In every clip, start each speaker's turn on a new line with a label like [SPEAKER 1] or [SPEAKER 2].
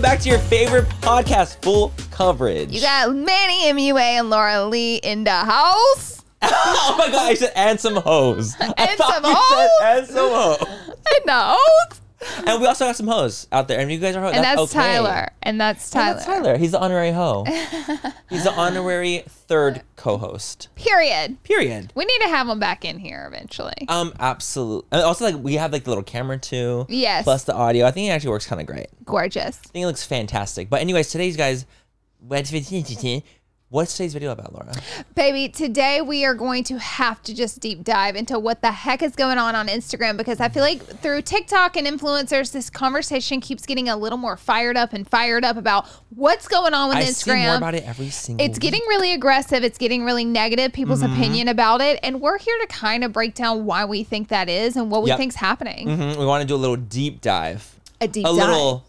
[SPEAKER 1] back to your favorite podcast, Full Coverage.
[SPEAKER 2] You got Manny MUA and Laura Lee in the house.
[SPEAKER 1] oh my god, I said and some hoes. I
[SPEAKER 2] And
[SPEAKER 1] thought
[SPEAKER 2] some
[SPEAKER 1] you said
[SPEAKER 2] hoes?
[SPEAKER 1] And some hoes.
[SPEAKER 2] In the house.
[SPEAKER 1] And we also got some hoes out there, and you guys are hoes.
[SPEAKER 2] And that's,
[SPEAKER 1] okay.
[SPEAKER 2] Tyler. And that's Tyler.
[SPEAKER 1] And that's Tyler. He's the honorary hoe. He's the honorary third co-host.
[SPEAKER 2] Period.
[SPEAKER 1] Period.
[SPEAKER 2] We need to have him back in here eventually.
[SPEAKER 1] Um, absolutely. And also, like, we have like the little camera too.
[SPEAKER 2] Yes.
[SPEAKER 1] Plus the audio. I think it actually works kind of great. I
[SPEAKER 2] Gorgeous.
[SPEAKER 1] think it looks fantastic. But anyways, today's guys, what's today's video about, Laura?
[SPEAKER 2] Baby, today we are going to have to just deep dive into what the heck is going on on Instagram because I feel like through TikTok and influencers, this conversation keeps getting a little more fired up and fired up about what's going on with
[SPEAKER 1] I
[SPEAKER 2] Instagram.
[SPEAKER 1] see more about it every single.
[SPEAKER 2] It's getting
[SPEAKER 1] week.
[SPEAKER 2] really aggressive. It's getting really negative, people's
[SPEAKER 1] Mm-hmm.
[SPEAKER 2] opinion about it. And we're here to kind of break down why we think that is and what we
[SPEAKER 1] Yep.
[SPEAKER 2] think's happening.
[SPEAKER 1] Mhm. We want to do a little deep dive.
[SPEAKER 2] A deep
[SPEAKER 1] a
[SPEAKER 2] dive.
[SPEAKER 1] little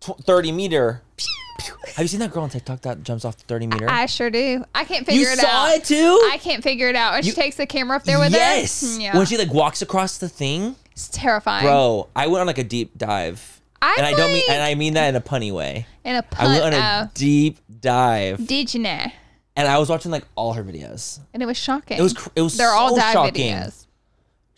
[SPEAKER 1] tw- thirty meter. Have you seen that girl on TikTok that jumps off the thirty meter?
[SPEAKER 2] I sure do. I can't figure
[SPEAKER 1] you
[SPEAKER 2] it
[SPEAKER 1] saw
[SPEAKER 2] out.
[SPEAKER 1] it too.
[SPEAKER 2] I can't figure it out. And she
[SPEAKER 1] You-
[SPEAKER 2] takes the camera up there with
[SPEAKER 1] yes.
[SPEAKER 2] us. Yeah.
[SPEAKER 1] When she like walks across the thing,
[SPEAKER 2] it's terrifying.
[SPEAKER 1] bro. I went on like a deep dive,
[SPEAKER 2] I
[SPEAKER 1] and I don't mean
[SPEAKER 2] like-
[SPEAKER 1] and I mean that in a punny way.
[SPEAKER 2] And a
[SPEAKER 1] I went on
[SPEAKER 2] punt.
[SPEAKER 1] a
[SPEAKER 2] Uh,
[SPEAKER 1] deep dive,
[SPEAKER 2] did you know?
[SPEAKER 1] and I was watching like all her videos.
[SPEAKER 2] And it was shocking.
[SPEAKER 1] It was cr- it was
[SPEAKER 2] They're
[SPEAKER 1] so
[SPEAKER 2] all dive
[SPEAKER 1] shocking.
[SPEAKER 2] videos.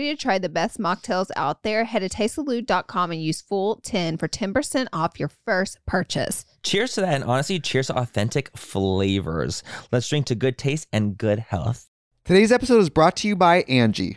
[SPEAKER 2] to try the best mocktails out there, head to tastesalute.com and use full 10 for 10% off your first purchase.
[SPEAKER 1] Cheers to that, and honestly, cheers to authentic flavors. Let's drink to good taste and good health.
[SPEAKER 3] Today's episode is brought to you by Angie.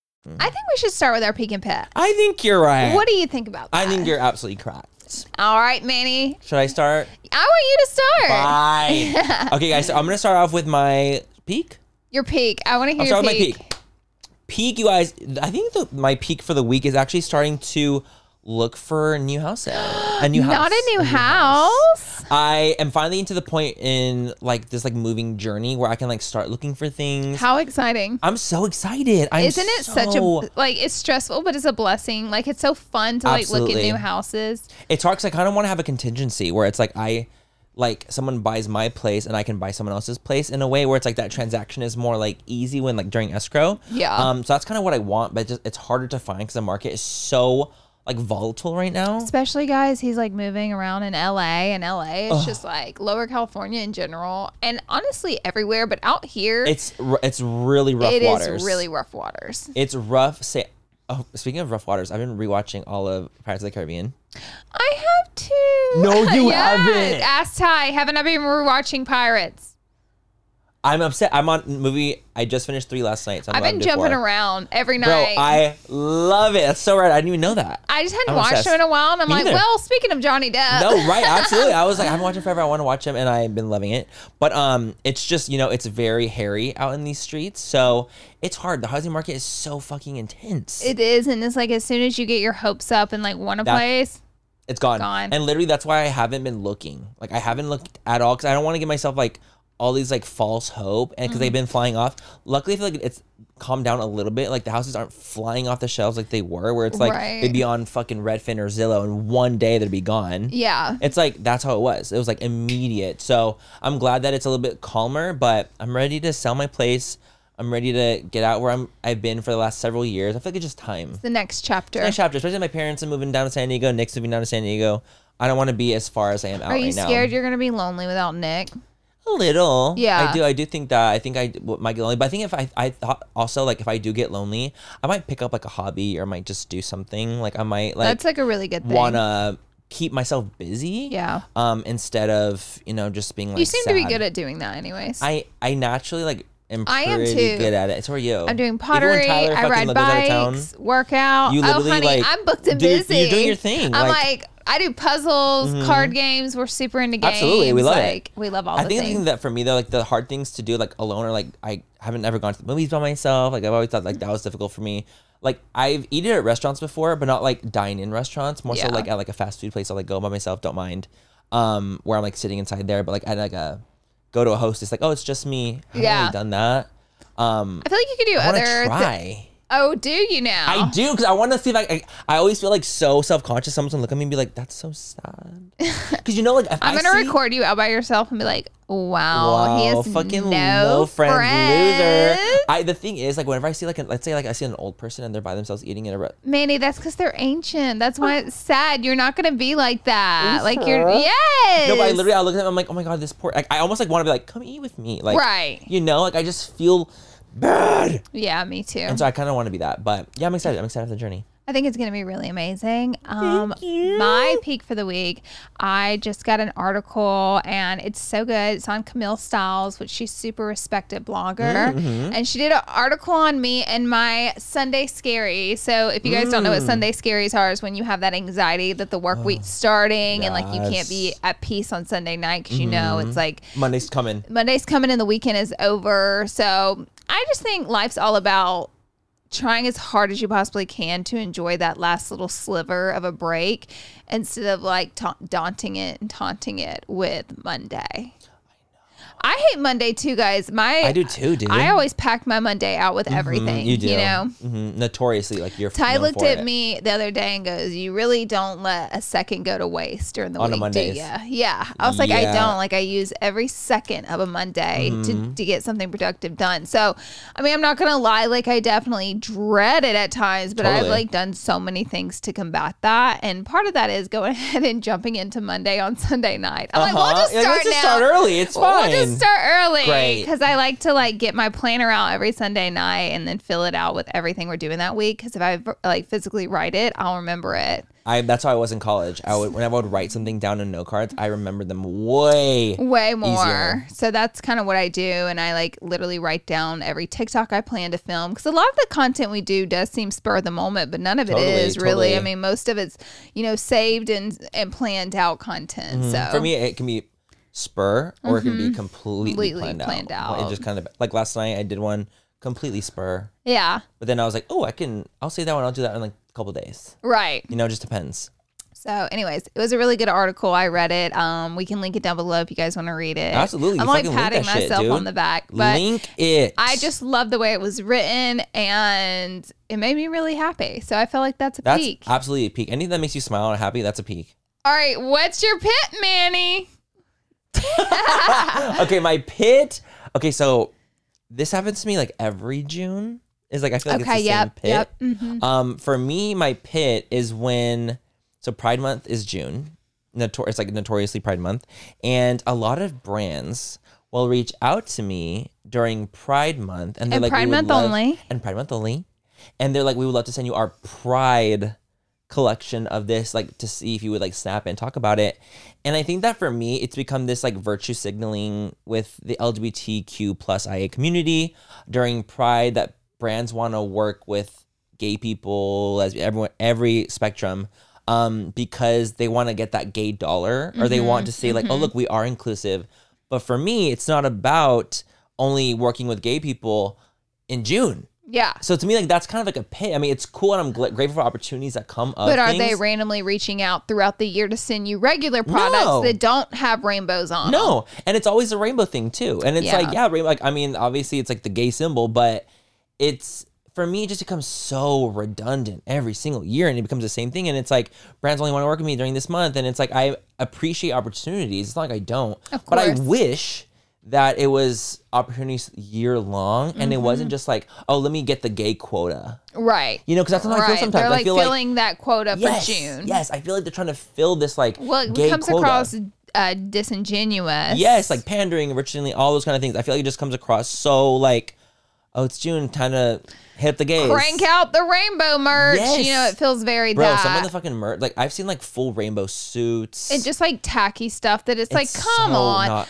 [SPEAKER 2] I think we should start with our peek and pet.
[SPEAKER 1] I think you're Mm-hmm. right.
[SPEAKER 2] What do you think about that?
[SPEAKER 1] I think you're absolutely correct. left.
[SPEAKER 2] All right, Manny.
[SPEAKER 1] Should I start?
[SPEAKER 2] I want you to start.
[SPEAKER 1] Bye. okay, guys. So I'm gonna start off with my peak.
[SPEAKER 2] Your peak. I want to hear
[SPEAKER 1] I'll
[SPEAKER 2] your
[SPEAKER 1] start with my
[SPEAKER 2] peak.
[SPEAKER 1] peak. Peak, you guys. I think the, my peak for the week is actually starting to look for a new house. A new house.
[SPEAKER 2] Not a new house.
[SPEAKER 1] I am finally to the point in like this like moving journey where I can like start looking for things.
[SPEAKER 2] How exciting.
[SPEAKER 1] I'm so excited. I'm
[SPEAKER 2] Isn't it such a
[SPEAKER 1] so-
[SPEAKER 2] like it's stressful but it's a blessing. Like it's so fun to like look
[SPEAKER 1] Absolutely.
[SPEAKER 2] at new houses.
[SPEAKER 1] It's hard because I kind of want to have a contingency where it's like I, like someone buys my place and I can buy someone else's place in a way where it's like that transaction is more like easy when like during escrow.
[SPEAKER 2] Yeah.
[SPEAKER 1] Um. So that's kind of what I want, but it just it's harder to find because the market is so like volatile right now.
[SPEAKER 2] Especially guys, he's like moving around in LA and LA is just like lower California in general and honestly everywhere, but out here it's
[SPEAKER 1] It's r- it's really rough waters.
[SPEAKER 2] really rough waters.
[SPEAKER 1] It's rough. Say. Oh, speaking of rough waters, I've been rewatching all of Pirates of the Caribbean.
[SPEAKER 2] I have to.
[SPEAKER 1] No, you
[SPEAKER 2] Yes,
[SPEAKER 1] haven't.
[SPEAKER 2] Ass Ty, haven't I been rewatching Pirates?
[SPEAKER 1] I'm upset. I'm on movie. I just finished three last night. So I'm
[SPEAKER 2] I've been
[SPEAKER 1] glad I did four.
[SPEAKER 2] jumping around every
[SPEAKER 1] Bro,
[SPEAKER 2] night.
[SPEAKER 1] I love it. That's so right. I didn't even know that.
[SPEAKER 2] I just hadn't
[SPEAKER 1] I'm
[SPEAKER 2] watched him
[SPEAKER 1] obsessed.
[SPEAKER 2] in a while, and I'm
[SPEAKER 1] Me
[SPEAKER 2] like,
[SPEAKER 1] neither.
[SPEAKER 2] well, speaking of Johnny Depp,
[SPEAKER 1] No, right, absolutely. I was like, I've been watching forever. I want to watch him, and I've been loving it. But um, it's just you know, it's very hairy out in these streets, so it's hard. The housing market is so fucking intense.
[SPEAKER 2] it is, and it's like as soon as you get your hopes up and like want a
[SPEAKER 1] That-
[SPEAKER 2] place,
[SPEAKER 1] it's gone.
[SPEAKER 2] Gone.
[SPEAKER 1] and literally that's why I haven't been looking. Like I haven't looked at all because I don't want to give myself like all these like false hope, and because
[SPEAKER 2] Mm-hmm.
[SPEAKER 1] they've been flying off. Luckily, I feel like it's calmed down a little bit. Like the houses aren't flying off the shelves like they were, where it's like
[SPEAKER 2] Right.
[SPEAKER 1] they'd be on fucking Redfin or Zillow, and one day they'd be gone.
[SPEAKER 2] yeah,
[SPEAKER 1] It's like that's how it was. It was like immediate. So I'm glad that it's a little bit calmer, but I'm ready to sell my place. I'm ready to get out where I'm I've been for the last several years. I feel like it's just time.
[SPEAKER 2] the next chapter.
[SPEAKER 1] Next chapter, especially my parents are moving down to San Diego, Nick's moving down to San Diego. I don't want to be as far as I am out
[SPEAKER 2] Are you
[SPEAKER 1] right
[SPEAKER 2] scared
[SPEAKER 1] now.
[SPEAKER 2] you're gonna be lonely without Nick?
[SPEAKER 1] A little.
[SPEAKER 2] Yeah.
[SPEAKER 1] I do. I do think that. I think I d- w- might get lonely, but I think if I, I thought also like if I do get lonely, I might pick up like a hobby or I might just do something. Like I might like
[SPEAKER 2] That's like a really good thing.
[SPEAKER 1] wanna keep myself busy.
[SPEAKER 2] Yeah.
[SPEAKER 1] Um, instead of you know just being like.
[SPEAKER 2] you seem to be
[SPEAKER 1] sad.
[SPEAKER 2] good at doing that, anyways.
[SPEAKER 1] I I naturally like am.
[SPEAKER 2] I am
[SPEAKER 1] pretty
[SPEAKER 2] too.
[SPEAKER 1] Good at it. So are you.
[SPEAKER 2] I'm doing pottery. I ride bikes, work out.
[SPEAKER 1] you
[SPEAKER 2] oh,
[SPEAKER 1] literally,
[SPEAKER 2] honey,
[SPEAKER 1] like,
[SPEAKER 2] I'm booked and
[SPEAKER 1] do your-
[SPEAKER 2] busy.
[SPEAKER 1] you're doing your thing,
[SPEAKER 2] I'm
[SPEAKER 1] like- Mm-hmm.
[SPEAKER 2] like, I do puzzles, card games. We're super into games.
[SPEAKER 1] Absolutely, we love it.
[SPEAKER 2] like, We love all
[SPEAKER 1] I
[SPEAKER 2] the
[SPEAKER 1] think the
[SPEAKER 2] things.
[SPEAKER 1] thing that for me though, like the hard things to do, like alone, or like I haven't ever gone to the movies by myself. Like I've always thought like that was difficult for me. Like I've eaten at restaurants before, but not like dine in restaurants. More
[SPEAKER 2] Yeah.
[SPEAKER 1] so like at like a fast food place, I'll like go by myself, don't mind. Um, where I'm like sitting inside there, but like at like a go to a host, it's like oh, it's just me. I haven't
[SPEAKER 2] Yeah.
[SPEAKER 1] really done that. Um,
[SPEAKER 2] I feel like you could do
[SPEAKER 1] I want
[SPEAKER 2] other.
[SPEAKER 1] to
[SPEAKER 2] thi-
[SPEAKER 1] try.
[SPEAKER 2] oh, do you now?
[SPEAKER 1] I do because I want to see if I, I. I always feel like so self conscious. Someone's gonna look at me and be like, "That's so sad," because you know, like if
[SPEAKER 2] I'm
[SPEAKER 1] I
[SPEAKER 2] gonna
[SPEAKER 1] see-
[SPEAKER 2] record you out by yourself and be like, "Wow, he
[SPEAKER 1] Wow,
[SPEAKER 2] has
[SPEAKER 1] fucking
[SPEAKER 2] no,
[SPEAKER 1] friends,
[SPEAKER 2] friends,
[SPEAKER 1] loser. I the thing is like whenever I see like an, let's say like I see an old person and they're by themselves eating in a re-
[SPEAKER 2] Manny, that's because they're ancient. That's
[SPEAKER 1] Ah.
[SPEAKER 2] why it's sad. You're not gonna be like that. like you're, yes.
[SPEAKER 1] no, but I literally I look at them I'm like oh my god this poor like, I almost like want to be like come eat with me like
[SPEAKER 2] Right.
[SPEAKER 1] you know like I just feel bad
[SPEAKER 2] yeah, me too.
[SPEAKER 1] and so I kind of want to be that but yeah I'm excited I'm excited for the journey
[SPEAKER 2] I think it's going to be really amazing. Um, My peak for the week, I just got an article and it's so good. It's on Camille Styles, which she's super respected blogger. And she did an article on me and my Sunday Scary. So if you guys don't know what Sunday Scaries are, is when you have that anxiety that the work week's starting and like you can't be
[SPEAKER 1] yes.
[SPEAKER 2] at peace on Sunday night because you know it's like
[SPEAKER 1] Monday's coming
[SPEAKER 2] Monday's coming and the weekend is over. So I just think life's all about trying as hard as you possibly can to enjoy that last little sliver of a break instead of like ta- daunting it and taunting it with Monday. I hate Monday too, guys. My
[SPEAKER 1] I do too dude
[SPEAKER 2] I always pack my Monday out with everything.
[SPEAKER 1] you do
[SPEAKER 2] know.
[SPEAKER 1] Mhm. notoriously like you're
[SPEAKER 2] Ty
[SPEAKER 1] known
[SPEAKER 2] looked
[SPEAKER 1] for
[SPEAKER 2] at
[SPEAKER 1] it.
[SPEAKER 2] me the other day and goes, "You really don't let a second go to waste during the
[SPEAKER 1] On a
[SPEAKER 2] week,
[SPEAKER 1] Mondays.
[SPEAKER 2] do ya?" Yeah, I was like,
[SPEAKER 1] Yeah. Mm-hmm.
[SPEAKER 2] "I don't. Like, I use every second of a Monday to, to get something productive done." So, I mean, I'm not gonna lie. Like, I definitely dread it at times, but I've
[SPEAKER 1] Totally.
[SPEAKER 2] like done so many things to combat that, and part of that is going ahead and jumping into Monday on Sunday night. I'm like,
[SPEAKER 1] Uh-huh.
[SPEAKER 2] "We'll just
[SPEAKER 1] You're
[SPEAKER 2] start
[SPEAKER 1] like, let's
[SPEAKER 2] now.
[SPEAKER 1] just start early it's
[SPEAKER 2] We'll
[SPEAKER 1] fine Good.
[SPEAKER 2] just start early
[SPEAKER 1] Great.
[SPEAKER 2] because I like to like get my planner out every Sunday night and then fill it out with everything we're doing that week. Because if I like physically write it, I'll remember it
[SPEAKER 1] I that's how I was in college. I would whenever I would write something down in note cards, I remember them way.
[SPEAKER 2] way more. So that's kind of what I do, and I like literally write down every TikTok I plan to film because a lot of the content we do does seem spur of the moment, but none of
[SPEAKER 1] Totally,
[SPEAKER 2] it is really.
[SPEAKER 1] totally.
[SPEAKER 2] I mean, most of it's you know saved and and planned out content. So
[SPEAKER 1] Mm-hmm. For me, it can be spur or it can be completely,
[SPEAKER 2] Mm-hmm. Completely
[SPEAKER 1] planned,
[SPEAKER 2] planned
[SPEAKER 1] out. It
[SPEAKER 2] out.
[SPEAKER 1] just kind of like last night I did one completely spur,
[SPEAKER 2] yeah,
[SPEAKER 1] but then I was like, oh, I can. I'll say that one. I'll do that in like a couple days.
[SPEAKER 2] right.
[SPEAKER 1] You know, it just depends.
[SPEAKER 2] So, anyways, it was a really good article. I read it. Um, we can link it down below if you guys want to read it.
[SPEAKER 1] Absolutely.
[SPEAKER 2] I'm
[SPEAKER 1] You
[SPEAKER 2] like
[SPEAKER 1] fucking link
[SPEAKER 2] patting
[SPEAKER 1] that shit,
[SPEAKER 2] myself
[SPEAKER 1] dude.
[SPEAKER 2] on the back, but
[SPEAKER 1] Link it.
[SPEAKER 2] I just love the way it was written, and it made me really happy. So I feel like that's a
[SPEAKER 1] that's
[SPEAKER 2] peak.
[SPEAKER 1] absolutely a peak. Anything that makes you smile and happy, that's a peak.
[SPEAKER 2] All right, what's your pit, Manny?
[SPEAKER 1] okay, my pit. Okay, so this happens to me like every June. Is like I feel like
[SPEAKER 2] Okay,
[SPEAKER 1] it's the
[SPEAKER 2] yep,
[SPEAKER 1] same pit.
[SPEAKER 2] yep, mhm.
[SPEAKER 1] Um, for me, my pit is when so Pride Month is June. Notor- it's like notoriously Pride Month, and a lot of brands will reach out to me during Pride Month, and they're
[SPEAKER 2] And
[SPEAKER 1] like,
[SPEAKER 2] Pride
[SPEAKER 1] we would
[SPEAKER 2] Month
[SPEAKER 1] love-
[SPEAKER 2] only.
[SPEAKER 1] and Pride Month only, and they're like, we would love to send you our Pride collection of this, like to see if you would like snap and talk about it. And I think that for me, it's become this like virtue signaling with the LGBTQ plus IA community during Pride that brands want to work with gay people, as everyone, every spectrum, um, because they want to get that gay dollar or they want to say like, oh look, we are inclusive. But for me, it's not about only working with gay people in June.
[SPEAKER 2] Yeah.
[SPEAKER 1] So to me, like that's kind of like a pay. I mean, it's cool, and I'm gl- grateful for opportunities that come up.
[SPEAKER 2] But are they randomly reaching out throughout the year to send you regular products
[SPEAKER 1] No.
[SPEAKER 2] that don't have rainbows on? 'em?
[SPEAKER 1] No, and it's always a rainbow thing too. And it's
[SPEAKER 2] Yeah.
[SPEAKER 1] like, yeah, rainbow. Like, I mean, obviously, it's like the gay symbol, but it's for me, it just becomes so redundant every single year, and it becomes the same thing. And it's like brands only want to work with me during this month, and it's like I appreciate opportunities. It's not like I don't,
[SPEAKER 2] Of
[SPEAKER 1] but I
[SPEAKER 2] course.
[SPEAKER 1] wish that it was opportunities year long, and it wasn't
[SPEAKER 2] Mm-hmm.
[SPEAKER 1] just like, oh, let me get the gay quota.
[SPEAKER 2] Right.
[SPEAKER 1] You know, because that's how I feel
[SPEAKER 2] right.
[SPEAKER 1] sometimes.
[SPEAKER 2] They're like
[SPEAKER 1] I feel like
[SPEAKER 2] filling that quota for June.
[SPEAKER 1] Yes, I feel like they're trying to fill this like
[SPEAKER 2] Well, it
[SPEAKER 1] gay
[SPEAKER 2] comes
[SPEAKER 1] quota.
[SPEAKER 2] across uh, disingenuous.
[SPEAKER 1] Yes, like pandering, originally, all those kind of things. I feel like it just comes across so like, oh, it's June, time to hit the gays.
[SPEAKER 2] crank out the rainbow merch.
[SPEAKER 1] Yes.
[SPEAKER 2] You know, it feels very
[SPEAKER 1] bro.
[SPEAKER 2] that.
[SPEAKER 1] Some of the fucking merch, like I've seen like full rainbow suits.
[SPEAKER 2] and just like tacky stuff that it's, like,
[SPEAKER 1] It's
[SPEAKER 2] come
[SPEAKER 1] so
[SPEAKER 2] on.
[SPEAKER 1] not-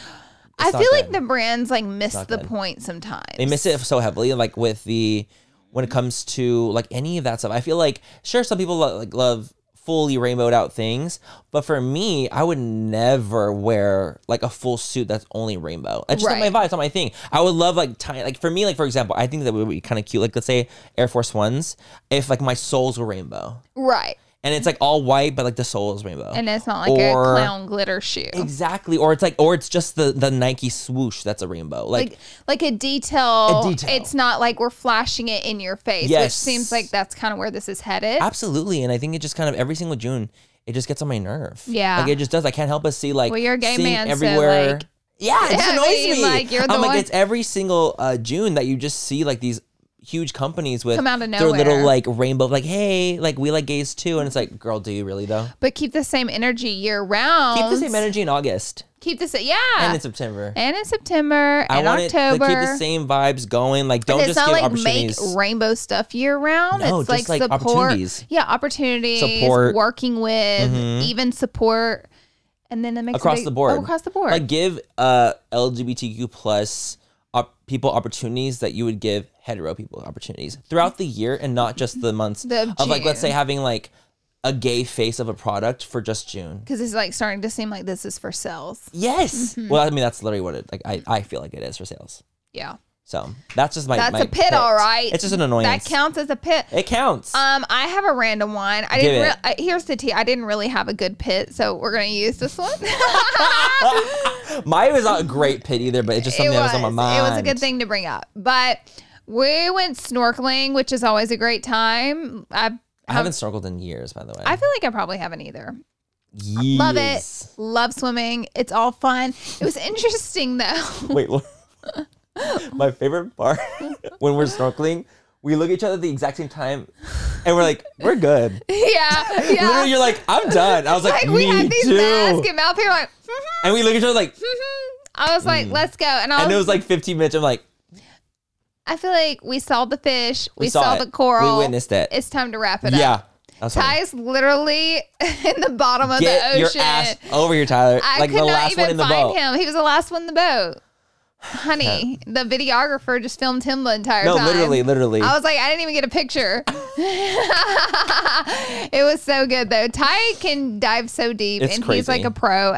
[SPEAKER 2] I
[SPEAKER 1] it's not
[SPEAKER 2] feel like
[SPEAKER 1] good.
[SPEAKER 2] the brands like miss
[SPEAKER 1] not
[SPEAKER 2] the
[SPEAKER 1] good.
[SPEAKER 2] point sometimes.
[SPEAKER 1] they miss it so heavily like with the when it comes to like any of that stuff i feel like sure some people lo- like love fully rainbowed out things but for me i would never wear like a full suit that's only rainbow it's just not my vibe it's not my thing i would love like tiny like for me like for example i think that would be kind of cute like let's say air force ones if like my soles were rainbow
[SPEAKER 2] Right.
[SPEAKER 1] and it's like all white but like the sole is rainbow
[SPEAKER 2] And it's not like a
[SPEAKER 1] Or-
[SPEAKER 2] clown glitter shoe.
[SPEAKER 1] exactly or it's like or it's just the the nike swoosh that's a rainbow
[SPEAKER 2] like like a detail,
[SPEAKER 1] A detail.
[SPEAKER 2] It's not like we're flashing it in your face, which
[SPEAKER 1] Yes.
[SPEAKER 2] seems like that's kind of where this is headed.
[SPEAKER 1] Absolutely, and I think it just kind of every single June, it just gets on my nerve.
[SPEAKER 2] Yeah.
[SPEAKER 1] like it just does. I can't help but see like
[SPEAKER 2] Well, you're a gay
[SPEAKER 1] seeing
[SPEAKER 2] man, so,
[SPEAKER 1] everywhere.
[SPEAKER 2] like-
[SPEAKER 1] yeah, it just
[SPEAKER 2] I
[SPEAKER 1] annoys
[SPEAKER 2] mean,
[SPEAKER 1] me.
[SPEAKER 2] like, you're the
[SPEAKER 1] I'm like
[SPEAKER 2] one-
[SPEAKER 1] it's every single uh, June that you just see like these huge companies with
[SPEAKER 2] Come out of
[SPEAKER 1] their little
[SPEAKER 2] nowhere.
[SPEAKER 1] like rainbow, like hey, like we like gays too, and it's like, girl, do you really though?
[SPEAKER 2] but keep the same energy year round.
[SPEAKER 1] Keep the same energy in August
[SPEAKER 2] Keep the same, yeah.
[SPEAKER 1] and in September.
[SPEAKER 2] Uh, and in September
[SPEAKER 1] I
[SPEAKER 2] and
[SPEAKER 1] want
[SPEAKER 2] October.
[SPEAKER 1] it to keep the same vibes going. Like don't
[SPEAKER 2] and it's
[SPEAKER 1] just
[SPEAKER 2] not
[SPEAKER 1] give
[SPEAKER 2] like make
[SPEAKER 1] opportunities.
[SPEAKER 2] rainbow stuff year round.
[SPEAKER 1] No, just,
[SPEAKER 2] it's like,
[SPEAKER 1] like,
[SPEAKER 2] support.
[SPEAKER 1] opportunities.
[SPEAKER 2] Yeah, opportunities.
[SPEAKER 1] Support. Mm-hmm.
[SPEAKER 2] Working with, even support. And then it makes a
[SPEAKER 1] across
[SPEAKER 2] big-
[SPEAKER 1] the board.
[SPEAKER 2] Oh, across the board.
[SPEAKER 1] Like give uh LGBTQ plus op- people opportunities that you would give hetero people opportunities throughout the year and not just the months
[SPEAKER 2] The- of
[SPEAKER 1] of like let's say
[SPEAKER 2] June.
[SPEAKER 1] having like a gay face of a product for just June.
[SPEAKER 2] because it's like starting to seem like this is for sales.
[SPEAKER 1] Yes.
[SPEAKER 2] Mm-hmm.
[SPEAKER 1] Well, I mean that's literally what it like I, I feel like it is for sales.
[SPEAKER 2] Yeah.
[SPEAKER 1] So that's just my
[SPEAKER 2] That's
[SPEAKER 1] my
[SPEAKER 2] a pit, all right.
[SPEAKER 1] It's just an annoyance.
[SPEAKER 2] That counts as a pit.
[SPEAKER 1] It counts.
[SPEAKER 2] Um, I have a random one. I
[SPEAKER 1] Give
[SPEAKER 2] didn't. Re-
[SPEAKER 1] it.
[SPEAKER 2] I, here's the tea. I didn't really have a good pit, so we're gonna use this one.
[SPEAKER 1] Mine was not a great pit either, but it's just something
[SPEAKER 2] it was.
[SPEAKER 1] that was on my mind.
[SPEAKER 2] It was a good thing to bring up. But we went snorkeling, which is always a great time. I
[SPEAKER 1] I haven't snorkeled in years, by the way.
[SPEAKER 2] Um, I feel like I probably haven't either.
[SPEAKER 1] years.
[SPEAKER 2] Love it. Love swimming. It's all fun. It was interesting though.
[SPEAKER 1] Wait, what? my favorite part when we're snorkeling, we look at each other at the exact same time, and we're like, "We're good."
[SPEAKER 2] yeah. Yeah.
[SPEAKER 1] Literally, you're like, "I'm done." I was like,
[SPEAKER 2] like
[SPEAKER 1] "Me
[SPEAKER 2] we had these
[SPEAKER 1] too."
[SPEAKER 2] masks and mouth here like "Mm-hmm,
[SPEAKER 1] And we look at each other like,
[SPEAKER 2] I was like, let's go. And I
[SPEAKER 1] Mm. And
[SPEAKER 2] was,
[SPEAKER 1] it was like 15 minutes. I'm like,
[SPEAKER 2] I feel like we saw the fish, we,
[SPEAKER 1] we,
[SPEAKER 2] saw,
[SPEAKER 1] it.
[SPEAKER 2] the coral.
[SPEAKER 1] We witnessed it.
[SPEAKER 2] It's time to wrap it up.
[SPEAKER 1] yeah. That's what I'm-
[SPEAKER 2] Ty is literally in the bottom of
[SPEAKER 1] Get
[SPEAKER 2] the
[SPEAKER 1] your
[SPEAKER 2] ocean.
[SPEAKER 1] ass over here, Tyler.
[SPEAKER 2] I
[SPEAKER 1] like
[SPEAKER 2] could
[SPEAKER 1] the
[SPEAKER 2] not
[SPEAKER 1] last
[SPEAKER 2] even
[SPEAKER 1] one in the
[SPEAKER 2] find
[SPEAKER 1] boat.
[SPEAKER 2] him. He was the last one in the boat. Honey, the videographer just filmed him the entire
[SPEAKER 1] No,
[SPEAKER 2] time.
[SPEAKER 1] literally, literally.
[SPEAKER 2] I was like, I didn't even get a picture. it was so good though. Ty can dive so deep,
[SPEAKER 1] It's
[SPEAKER 2] and he's like
[SPEAKER 1] crazy. Mm-hmm.
[SPEAKER 2] a pro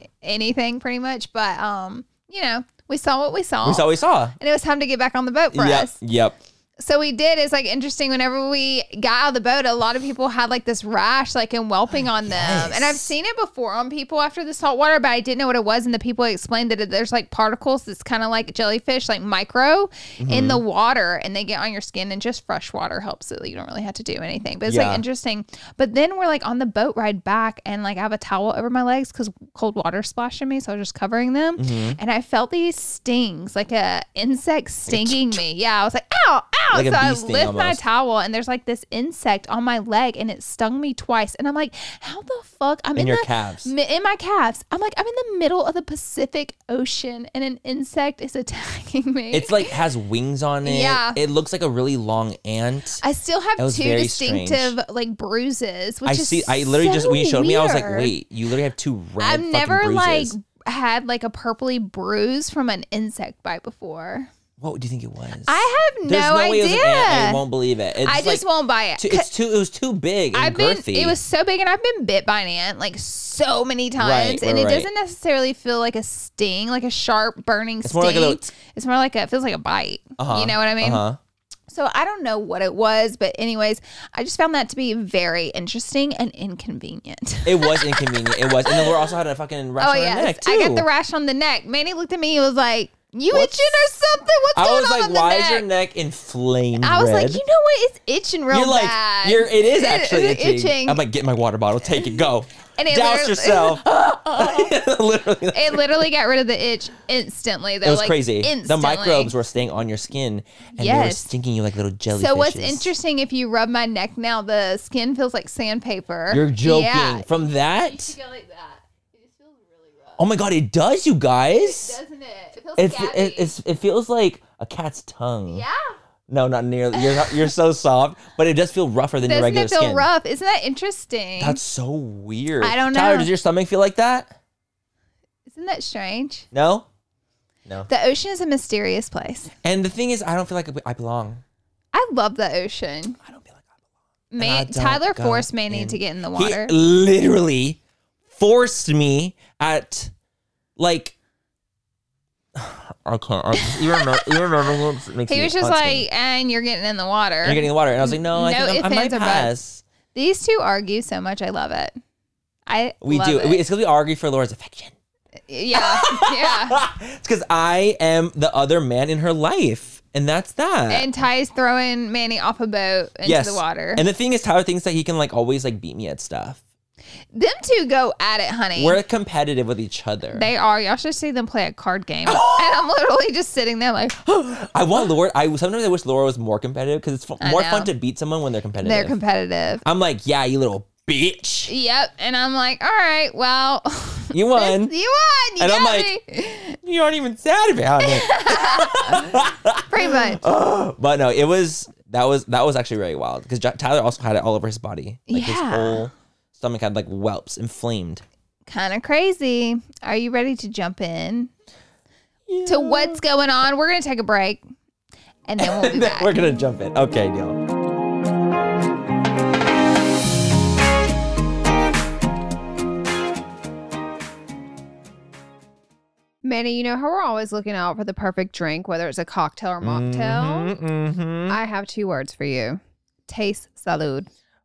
[SPEAKER 2] at anything pretty much. But um, you know, we saw what we saw,
[SPEAKER 1] we saw, we saw.
[SPEAKER 2] and it was time to get back on the boat for
[SPEAKER 1] Yep,
[SPEAKER 2] us.
[SPEAKER 1] yep.
[SPEAKER 2] So we did. It's like interesting. Whenever we got out of the boat, a lot of people had like this rash, like and whelping on them. And I've seen it before on people after the salt water, but I didn't know what it was. And the people explained that it- there's like particles. It's kind of like jellyfish, like micro, in the water, and they get on your skin. And just fresh water helps. So you don't really have to do anything. But it's
[SPEAKER 1] Yeah.
[SPEAKER 2] like interesting. But then we're like on the boat ride back, and like I have a towel over my legs because cold water splashed in me, so I was just covering them.
[SPEAKER 1] Mm-hmm.
[SPEAKER 2] And I felt these stings, like a insect stinging me. Yeah, I was like, ow, ow
[SPEAKER 1] Like a
[SPEAKER 2] so I
[SPEAKER 1] bee sting
[SPEAKER 2] lift my
[SPEAKER 1] almost.
[SPEAKER 2] towel and there's like this insect on my leg and it stung me twice. And I'm like, how the fuck? I'm
[SPEAKER 1] In your
[SPEAKER 2] the,
[SPEAKER 1] calves.
[SPEAKER 2] mi- in my calves. I'm like, I'm in the middle of the Pacific Ocean and an insect is attacking me.
[SPEAKER 1] It's like has wings on it.
[SPEAKER 2] Yeah.
[SPEAKER 1] It looks like a really long ant.
[SPEAKER 2] I still have
[SPEAKER 1] That was
[SPEAKER 2] two
[SPEAKER 1] very
[SPEAKER 2] distinctive like bruises, which
[SPEAKER 1] I
[SPEAKER 2] is
[SPEAKER 1] see. I literally just
[SPEAKER 2] so
[SPEAKER 1] when you showed me, I was like,
[SPEAKER 2] weird.
[SPEAKER 1] wait, you literally have two red.
[SPEAKER 2] I've
[SPEAKER 1] fucking
[SPEAKER 2] never
[SPEAKER 1] bruises.
[SPEAKER 2] like had like a purpley bruise from an insect bite before.
[SPEAKER 1] What do you think it was?
[SPEAKER 2] I have
[SPEAKER 1] There's
[SPEAKER 2] no,
[SPEAKER 1] way it was
[SPEAKER 2] idea.
[SPEAKER 1] an ant. I won't believe it. It's
[SPEAKER 2] I
[SPEAKER 1] like,
[SPEAKER 2] just won't buy it.
[SPEAKER 1] Too, it's too. It was too big and
[SPEAKER 2] I've
[SPEAKER 1] girthy.
[SPEAKER 2] been it was so big and I've been bit by an ant like so many times
[SPEAKER 1] right,
[SPEAKER 2] and it
[SPEAKER 1] right.
[SPEAKER 2] doesn't necessarily feel like a sting, like a sharp burning
[SPEAKER 1] It's
[SPEAKER 2] sting.
[SPEAKER 1] more like a little tsk.
[SPEAKER 2] it's more like a it feels like a bite. You know what I mean?
[SPEAKER 1] Uh-huh.
[SPEAKER 2] So I don't know what it was, but anyways, I just found that to be very interesting and inconvenient.
[SPEAKER 1] It was inconvenient. It was, and then we're also had a fucking rash
[SPEAKER 2] oh
[SPEAKER 1] on our
[SPEAKER 2] yeah.
[SPEAKER 1] neck too.
[SPEAKER 2] I got the rash on the neck. Manny looked at me and was like, You itching or something? What's
[SPEAKER 1] I
[SPEAKER 2] going
[SPEAKER 1] was
[SPEAKER 2] on
[SPEAKER 1] like,
[SPEAKER 2] on the
[SPEAKER 1] why
[SPEAKER 2] neck?
[SPEAKER 1] is your neck inflamed?
[SPEAKER 2] I was
[SPEAKER 1] red?
[SPEAKER 2] like, you know what? It's itching real
[SPEAKER 1] You're like,
[SPEAKER 2] bad.
[SPEAKER 1] you're. It is actually
[SPEAKER 2] it-
[SPEAKER 1] itching.
[SPEAKER 2] itching.
[SPEAKER 1] I'm like, get my water bottle, take it, go,
[SPEAKER 2] And it
[SPEAKER 1] douse
[SPEAKER 2] literally- Oh.
[SPEAKER 1] yourself. literally,
[SPEAKER 2] It literally got rid of the itch instantly. Though,
[SPEAKER 1] it was
[SPEAKER 2] like,
[SPEAKER 1] crazy. The
[SPEAKER 2] Instantly.
[SPEAKER 1] microbes were staying on your skin, and they were
[SPEAKER 2] Yes.
[SPEAKER 1] stinking you like little jellyfish.
[SPEAKER 2] So what's interesting? If you rub my neck now, the skin feels like sandpaper.
[SPEAKER 1] You're joking.
[SPEAKER 2] Yeah.
[SPEAKER 1] From that? Oh my god, it does, you guys.
[SPEAKER 2] Doesn't it? It feels
[SPEAKER 1] It,
[SPEAKER 2] scabby.
[SPEAKER 1] it, it's, it feels like a cat's tongue.
[SPEAKER 2] yeah.
[SPEAKER 1] No, not nearly. You're not, you're so soft, but it does feel rougher than your
[SPEAKER 2] Doesn't
[SPEAKER 1] regular
[SPEAKER 2] it feel
[SPEAKER 1] skin.
[SPEAKER 2] rough? Isn't that interesting?
[SPEAKER 1] That's so weird.
[SPEAKER 2] I don't
[SPEAKER 1] Tyler,
[SPEAKER 2] know.
[SPEAKER 1] does your stomach feel like that?
[SPEAKER 2] Isn't that strange?
[SPEAKER 1] No. No.
[SPEAKER 2] The ocean is a mysterious place.
[SPEAKER 1] And the thing is, I don't feel like I belong.
[SPEAKER 2] I love the ocean.
[SPEAKER 1] I don't feel like I
[SPEAKER 2] Man,
[SPEAKER 1] don't
[SPEAKER 2] Tyler
[SPEAKER 1] go
[SPEAKER 2] forced Manny
[SPEAKER 1] in.
[SPEAKER 2] to get in the
[SPEAKER 1] I belong.
[SPEAKER 2] water.
[SPEAKER 1] He literally forced me at like. I can't. I, you don't know. You don't know what makes
[SPEAKER 2] He,
[SPEAKER 1] me
[SPEAKER 2] was just
[SPEAKER 1] haunts me.
[SPEAKER 2] like, and you're getting in the water.
[SPEAKER 1] You're getting in the water. And I was like, no, I,
[SPEAKER 2] No
[SPEAKER 1] think I'm,
[SPEAKER 2] ifs,
[SPEAKER 1] I might
[SPEAKER 2] ands, or buts.
[SPEAKER 1] pass.
[SPEAKER 2] These two argue so much. I love it. I
[SPEAKER 1] We
[SPEAKER 2] love
[SPEAKER 1] do.
[SPEAKER 2] It.
[SPEAKER 1] We- It's because we argue for Laura's affection.
[SPEAKER 2] yeah, yeah.
[SPEAKER 1] it's because I am the other man in her life. And that's that.
[SPEAKER 2] And Ty's throwing Manny off a boat into the water.
[SPEAKER 1] And the thing is, Tyler thinks that he can like always like beat me at stuff.
[SPEAKER 2] Them two go at it, honey.
[SPEAKER 1] We're competitive with each other.
[SPEAKER 2] they are. Y'all should see them play a card game. and I'm literally just sitting there like
[SPEAKER 1] I want Laura. I sometimes I wish Laura was more competitive because it's fu-
[SPEAKER 2] I
[SPEAKER 1] more
[SPEAKER 2] know.
[SPEAKER 1] fun to beat someone when they're competitive.
[SPEAKER 2] they're competitive.
[SPEAKER 1] I'm like, yeah, you little bitch,
[SPEAKER 2] Yep. And I'm like, all right, well,
[SPEAKER 1] you won.
[SPEAKER 2] you won. You
[SPEAKER 1] And I'm
[SPEAKER 2] got
[SPEAKER 1] like-
[SPEAKER 2] me.
[SPEAKER 1] you aren't even sad about it.
[SPEAKER 2] Pretty much.
[SPEAKER 1] but no, it was that was that was actually really wild because Tyler also had it all over his body. Like his
[SPEAKER 2] Yeah.
[SPEAKER 1] whole stomach had like whelps, inflamed.
[SPEAKER 2] kind of crazy. Are you ready to jump in to what's going on? We're gonna take a break, and then we'll be back.
[SPEAKER 1] We're gonna jump in. Okay, deal.
[SPEAKER 2] Manny, you know how we're always looking out for the perfect drink, whether it's a cocktail or mocktail. I have two words for you: taste salud.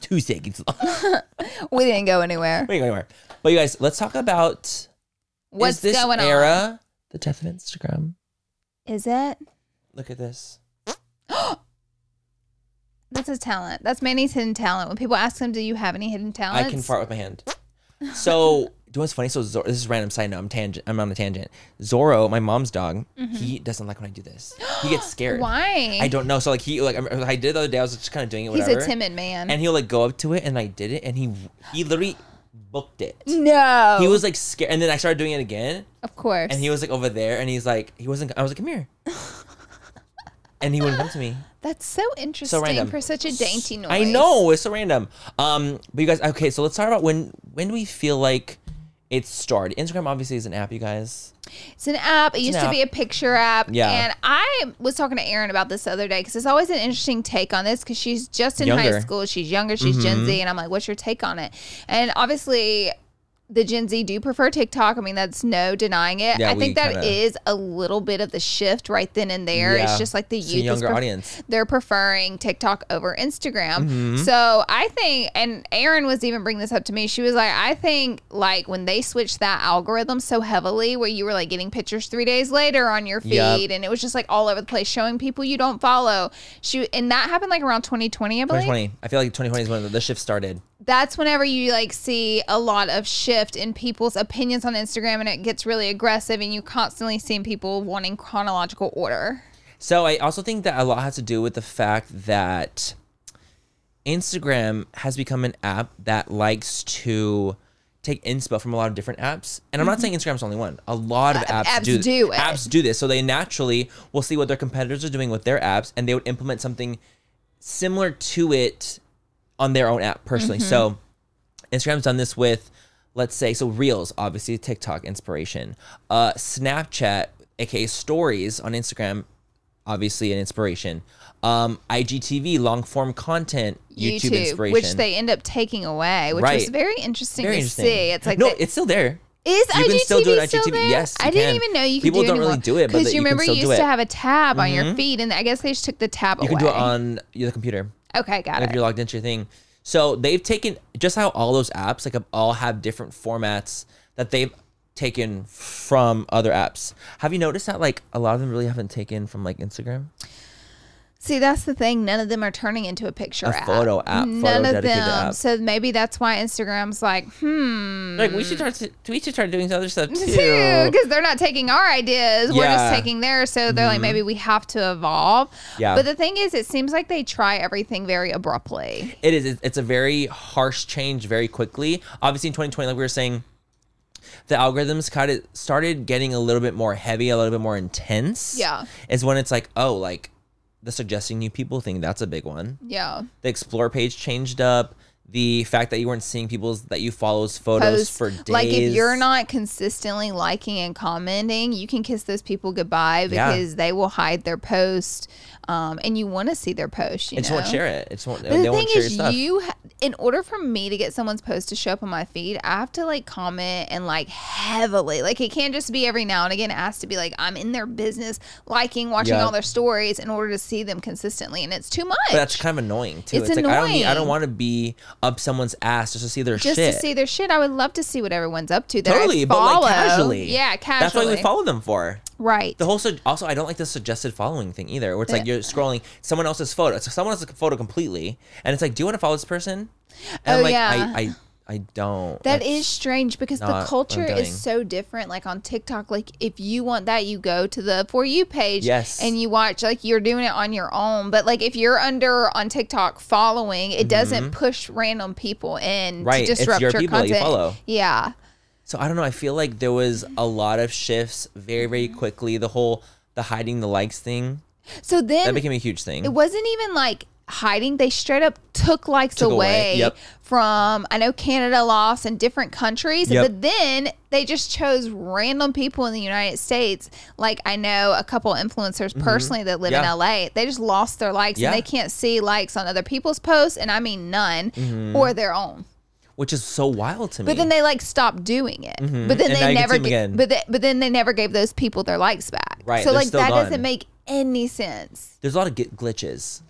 [SPEAKER 1] two seconds long.
[SPEAKER 2] we didn't go anywhere.
[SPEAKER 1] Wait, wait, wait. But you guys, let's talk about
[SPEAKER 2] What's
[SPEAKER 1] is this
[SPEAKER 2] going on?
[SPEAKER 1] era the death of Instagram.
[SPEAKER 2] Is it?
[SPEAKER 1] Look at this.
[SPEAKER 2] That's a talent. That's Manny's hidden talent. When people ask him, "Do you have any hidden talents?"
[SPEAKER 1] I can fart with my hand. So, do you know what's funny? So, Zor- this is random side note. I'm tangent. I'm on a tangent. Zorro, my mom's dog, he doesn't like when I do this. He gets scared.
[SPEAKER 2] Mm-hmm. Why?
[SPEAKER 1] I don't know. So, like, he like I'm- I did it the other day. I was just kind of doing it.
[SPEAKER 2] He's
[SPEAKER 1] Whatever.
[SPEAKER 2] a timid man.
[SPEAKER 1] And he'll like go up to it, and I did it, and he he literally booked it.
[SPEAKER 2] no,
[SPEAKER 1] He was like scared, and then I started doing it again,
[SPEAKER 2] of course.
[SPEAKER 1] and he was like over there, and he's like he wasn't. I was like, come here. And he wouldn't come to me.
[SPEAKER 2] That's so interesting
[SPEAKER 1] so random
[SPEAKER 2] for such a dainty noise.
[SPEAKER 1] I know it's so random. Um, but you guys, okay, so let's talk about when when do we feel like it started? Instagram obviously is an app, you guys.
[SPEAKER 2] It's an app. It used
[SPEAKER 1] an
[SPEAKER 2] to
[SPEAKER 1] app.
[SPEAKER 2] be a picture app.
[SPEAKER 1] Yeah.
[SPEAKER 2] And I was talking to Erin about this the other day because it's always an interesting take on this because she's just in high
[SPEAKER 1] Younger. Mm-hmm.
[SPEAKER 2] school. She's younger. She's Gen Z. And I'm like, what's your take on it? And obviously, the Gen Z do prefer TikTok. I mean, that's no denying it.
[SPEAKER 1] Yeah,
[SPEAKER 2] I think
[SPEAKER 1] we
[SPEAKER 2] that is
[SPEAKER 1] kinda-
[SPEAKER 2] a little bit of the shift right then and there. It's
[SPEAKER 1] Yeah.
[SPEAKER 2] just like the
[SPEAKER 1] It's a
[SPEAKER 2] youth is
[SPEAKER 1] younger
[SPEAKER 2] pref-
[SPEAKER 1] audience.
[SPEAKER 2] They're preferring TikTok over Instagram. So I think, and Erin was even bringing this up to me. She was like, I think like when they switched that algorithm so heavily, where you were like getting pictures three days later on your feed,
[SPEAKER 1] Yep.
[SPEAKER 2] and it was just like all over the place, showing people you don't follow. She and that happened like around 2020, I believe.
[SPEAKER 1] 2020. I feel like 2020 is when the, the shift started.
[SPEAKER 2] That's whenever you like see a lot of shift in people's opinions on Instagram, and it gets really aggressive, and you constantly seeing people wanting chronological order.
[SPEAKER 1] So I also think that a lot has to do with the fact that Instagram has become an app that likes to take inspo from a lot of different apps. And I'm not saying Instagram's the only one. A lot of apps,
[SPEAKER 2] Mm-hmm. apps
[SPEAKER 1] do,
[SPEAKER 2] do it.
[SPEAKER 1] apps do this. So they naturally will see what their competitors are doing with their apps and they would implement something similar to it on their own app personally.
[SPEAKER 2] Mm-hmm.
[SPEAKER 1] So Instagram's done this with, let's say, so Reels, obviously TikTok inspiration, uh, Snapchat, aka Stories on Instagram, obviously an inspiration, um, IGTV long form content, YouTube, inspiration,
[SPEAKER 2] which they end up taking away, which was
[SPEAKER 1] Right.
[SPEAKER 2] very interesting
[SPEAKER 1] very
[SPEAKER 2] to
[SPEAKER 1] interesting.
[SPEAKER 2] see. It's like
[SPEAKER 1] no,
[SPEAKER 2] they-
[SPEAKER 1] it's still there.
[SPEAKER 2] Is
[SPEAKER 1] You
[SPEAKER 2] IGTV
[SPEAKER 1] can still do it on
[SPEAKER 2] still
[SPEAKER 1] IGTV.
[SPEAKER 2] there?
[SPEAKER 1] Yes,
[SPEAKER 2] I
[SPEAKER 1] you
[SPEAKER 2] didn't
[SPEAKER 1] can.
[SPEAKER 2] even know you could
[SPEAKER 1] People
[SPEAKER 2] do it
[SPEAKER 1] don't really
[SPEAKER 2] anymore.
[SPEAKER 1] do it, but that
[SPEAKER 2] you
[SPEAKER 1] you can
[SPEAKER 2] remember
[SPEAKER 1] still
[SPEAKER 2] you
[SPEAKER 1] do
[SPEAKER 2] used to
[SPEAKER 1] it. Mm-hmm.
[SPEAKER 2] have a tab on your feed, and I guess they just took the tab
[SPEAKER 1] You
[SPEAKER 2] away.
[SPEAKER 1] can do it on your computer
[SPEAKER 2] okay, got
[SPEAKER 1] if
[SPEAKER 2] it.
[SPEAKER 1] you're logged into your thing. So they've taken just how all those apps like have- all have different formats that they've taken from other apps. Have you noticed that like a lot of them really haven't taken from like Instagram?
[SPEAKER 2] See, that's the thing. None of them are turning into a picture
[SPEAKER 1] A
[SPEAKER 2] app.
[SPEAKER 1] photo app,
[SPEAKER 2] None
[SPEAKER 1] photo
[SPEAKER 2] of
[SPEAKER 1] dedicated
[SPEAKER 2] them.
[SPEAKER 1] app.
[SPEAKER 2] So maybe that's why Instagram's like, hmm.
[SPEAKER 1] Like we should start to, we should start doing some other stuff too.
[SPEAKER 2] Because they're not taking our ideas. We're
[SPEAKER 1] Yeah. Mm-hmm.
[SPEAKER 2] just taking theirs. So they're like, maybe we have to evolve.
[SPEAKER 1] Yeah.
[SPEAKER 2] But the thing is, it seems like they try everything very abruptly.
[SPEAKER 1] It is. it's- It's a very harsh change very quickly. Obviously, in 2020, like we were saying, the algorithms kind of started getting a little bit more heavy, a little bit more intense.
[SPEAKER 2] Yeah.
[SPEAKER 1] Is when it's like, oh, like the suggesting new people thing, that's a big one.
[SPEAKER 2] Yeah.
[SPEAKER 1] The explore page changed up. The fact that you weren't seeing people's that you follows photos
[SPEAKER 2] Post.
[SPEAKER 1] for days.
[SPEAKER 2] Like if you're not consistently liking and commenting, you can kiss those people goodbye
[SPEAKER 1] Yeah.
[SPEAKER 2] because they will hide their post, um, and you want to see their post. You
[SPEAKER 1] it just
[SPEAKER 2] know?
[SPEAKER 1] won't share it. It just won't.
[SPEAKER 2] But
[SPEAKER 1] They
[SPEAKER 2] the thing
[SPEAKER 1] won't share your
[SPEAKER 2] is,
[SPEAKER 1] stuff.
[SPEAKER 2] you ha- in order for me to get someone's post to show up on my feed, I have to like comment and like heavily. Like it can't just be every now and again. It has to be like I'm in their business, liking, watching
[SPEAKER 1] Yeah.
[SPEAKER 2] all their stories in order to see them consistently, and it's too much.
[SPEAKER 1] but that's kind of annoying too.
[SPEAKER 2] It's
[SPEAKER 1] It's, like I don't need, I don't
[SPEAKER 2] annoying.
[SPEAKER 1] want to be up someone's ass just to see their
[SPEAKER 2] just
[SPEAKER 1] shit.
[SPEAKER 2] to see their shit, I would love to see what everyone's up to. That
[SPEAKER 1] totally,
[SPEAKER 2] I
[SPEAKER 1] but
[SPEAKER 2] follow.
[SPEAKER 1] like casually.
[SPEAKER 2] Yeah,
[SPEAKER 1] That's
[SPEAKER 2] casually.
[SPEAKER 1] what we follow them for.
[SPEAKER 2] Right.
[SPEAKER 1] The whole sug- also, I don't like the suggested following thing either, where it's
[SPEAKER 2] Uh,
[SPEAKER 1] like you're scrolling someone else's photo, it's someone else's photo completely, and it's like, do you want to follow this person? And
[SPEAKER 2] Oh,
[SPEAKER 1] like,
[SPEAKER 2] yeah.
[SPEAKER 1] I, I, I don't.
[SPEAKER 2] That
[SPEAKER 1] That's-
[SPEAKER 2] is strange because
[SPEAKER 1] not what
[SPEAKER 2] the
[SPEAKER 1] I'm
[SPEAKER 2] culture
[SPEAKER 1] doing.
[SPEAKER 2] is so different. Like on TikTok, like if you want that, you go to the For You page
[SPEAKER 1] Yes.
[SPEAKER 2] and you watch, like you're doing it on your own. But like if you're under on TikTok following, it doesn't push random people in
[SPEAKER 1] Mm-hmm. Right,
[SPEAKER 2] to
[SPEAKER 1] it's
[SPEAKER 2] disrupt
[SPEAKER 1] your
[SPEAKER 2] your,
[SPEAKER 1] people that
[SPEAKER 2] content.
[SPEAKER 1] you follow.
[SPEAKER 2] Yeah.
[SPEAKER 1] So I don't know. I feel like there was a lot of shifts very, very
[SPEAKER 2] Mm-hmm.
[SPEAKER 1] quickly. The whole the hiding the likes thing
[SPEAKER 2] So then
[SPEAKER 1] that became a huge thing.
[SPEAKER 2] it wasn't even like hiding they straight up took likes
[SPEAKER 1] Took away,
[SPEAKER 2] away,
[SPEAKER 1] yep.
[SPEAKER 2] from i know canada lost and different countries
[SPEAKER 1] Yep.
[SPEAKER 2] but then they just chose random people in the united states like i know a couple influencers personally that live
[SPEAKER 1] Mm-hmm. Yeah.
[SPEAKER 2] in la they just lost their likes
[SPEAKER 1] Yeah.
[SPEAKER 2] and they can't see likes on other people's posts and i mean none
[SPEAKER 1] Mm-hmm.
[SPEAKER 2] or their own
[SPEAKER 1] which is so wild to me.
[SPEAKER 2] but then they like stopped doing it. But then
[SPEAKER 1] Mm-hmm. And now
[SPEAKER 2] they
[SPEAKER 1] you can
[SPEAKER 2] never.
[SPEAKER 1] see 'em
[SPEAKER 2] ga-
[SPEAKER 1] again.
[SPEAKER 2] But they, but then they never gave those people their likes back.
[SPEAKER 1] Right,
[SPEAKER 2] So
[SPEAKER 1] they're
[SPEAKER 2] like
[SPEAKER 1] still
[SPEAKER 2] that
[SPEAKER 1] gone.
[SPEAKER 2] doesn't make any sense.
[SPEAKER 1] there's a lot of gl- glitches.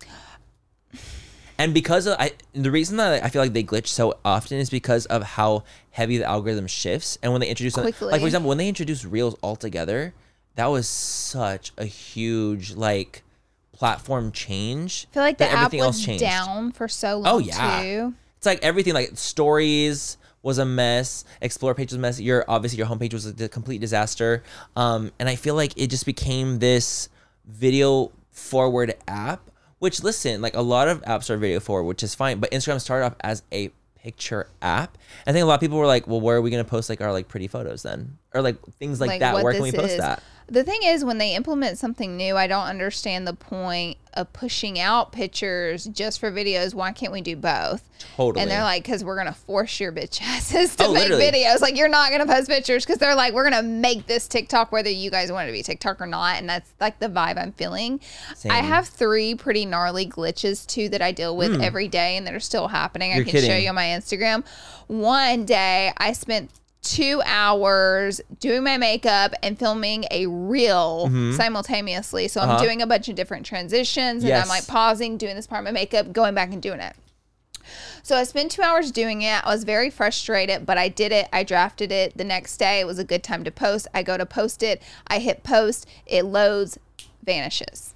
[SPEAKER 1] And because of I, the reason that I feel like they glitch so often is because of how heavy the algorithm shifts, and when they introduce something- like
[SPEAKER 2] Quickly.
[SPEAKER 1] for example, when they introduced Reels altogether, that was such a huge like platform change.
[SPEAKER 2] I feel like the
[SPEAKER 1] that
[SPEAKER 2] app was down for so long.
[SPEAKER 1] Oh yeah,
[SPEAKER 2] too.
[SPEAKER 1] it's like everything like stories was a mess, explore page was a mess. Your obviously your homepage was a di- complete disaster. Um, and I feel like it just became this video forward app. Which listen, like a lot of apps are video forward, which is fine. But Instagram started off as a picture app. I think a lot of people were like, well, where are we gonna post like our like pretty photos then, or like things like, that?
[SPEAKER 2] what
[SPEAKER 1] Where can we
[SPEAKER 2] this
[SPEAKER 1] post
[SPEAKER 2] is.
[SPEAKER 1] that?
[SPEAKER 2] The thing is, when they implement something new, I don't understand the point of pushing out pictures just for videos. Why can't we do both?
[SPEAKER 1] Totally.
[SPEAKER 2] And they're like, because we're gonna force your bitch asses to
[SPEAKER 1] Oh,
[SPEAKER 2] make
[SPEAKER 1] literally.
[SPEAKER 2] videos. Like you're not gonna post pictures because they're like, we're gonna make this TikTok whether you guys want it to be TikTok or not. And that's like the vibe I'm feeling. I
[SPEAKER 1] Same.
[SPEAKER 2] have three pretty gnarly glitches too that I deal with every day and that are still happening. I
[SPEAKER 1] Hmm. You're
[SPEAKER 2] can show
[SPEAKER 1] kidding.
[SPEAKER 2] you on my Instagram. One day I spent two hours doing my makeup and filming a reel simultaneously. So I'm doing a bunch of different transitions and
[SPEAKER 1] Yes.
[SPEAKER 2] I'm like pausing, doing this part of my makeup, going back and doing it. So I spent two hours doing it. I was very frustrated, but I did it. I drafted it the next day. It was a good time to post. I go to post it. I hit post. It loads, vanishes.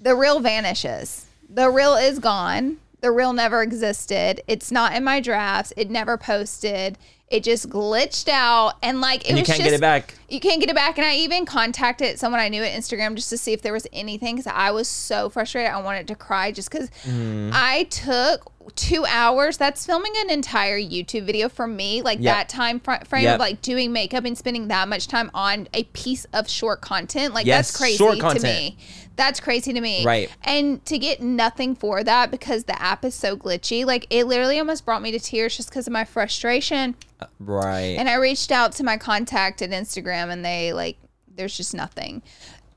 [SPEAKER 2] The reel vanishes. The reel is gone. The reel never existed. It's not in my drafts. It never posted. It just glitched out and like it
[SPEAKER 1] And you
[SPEAKER 2] was
[SPEAKER 1] can't
[SPEAKER 2] just
[SPEAKER 1] get it back.
[SPEAKER 2] you can't get it back. And I even contacted someone I knew at Instagram just to see if there was anything because I was so frustrated. I wanted to cry just because
[SPEAKER 1] Mm.
[SPEAKER 2] I took two hours. That's filming an entire YouTube video for me, like
[SPEAKER 1] Yep.
[SPEAKER 2] that time fr- frame
[SPEAKER 1] Yep.
[SPEAKER 2] of like doing makeup and spending that much time on a piece of short content. Like
[SPEAKER 1] Yes,
[SPEAKER 2] that's crazy
[SPEAKER 1] short
[SPEAKER 2] to
[SPEAKER 1] content.
[SPEAKER 2] me. That's crazy to me.
[SPEAKER 1] Right.
[SPEAKER 2] And to get nothing for that because the app is so glitchy, like it literally almost brought me to tears just because of my frustration.
[SPEAKER 1] Right.
[SPEAKER 2] And I reached out to my contact at Instagram, and they like, there's just nothing.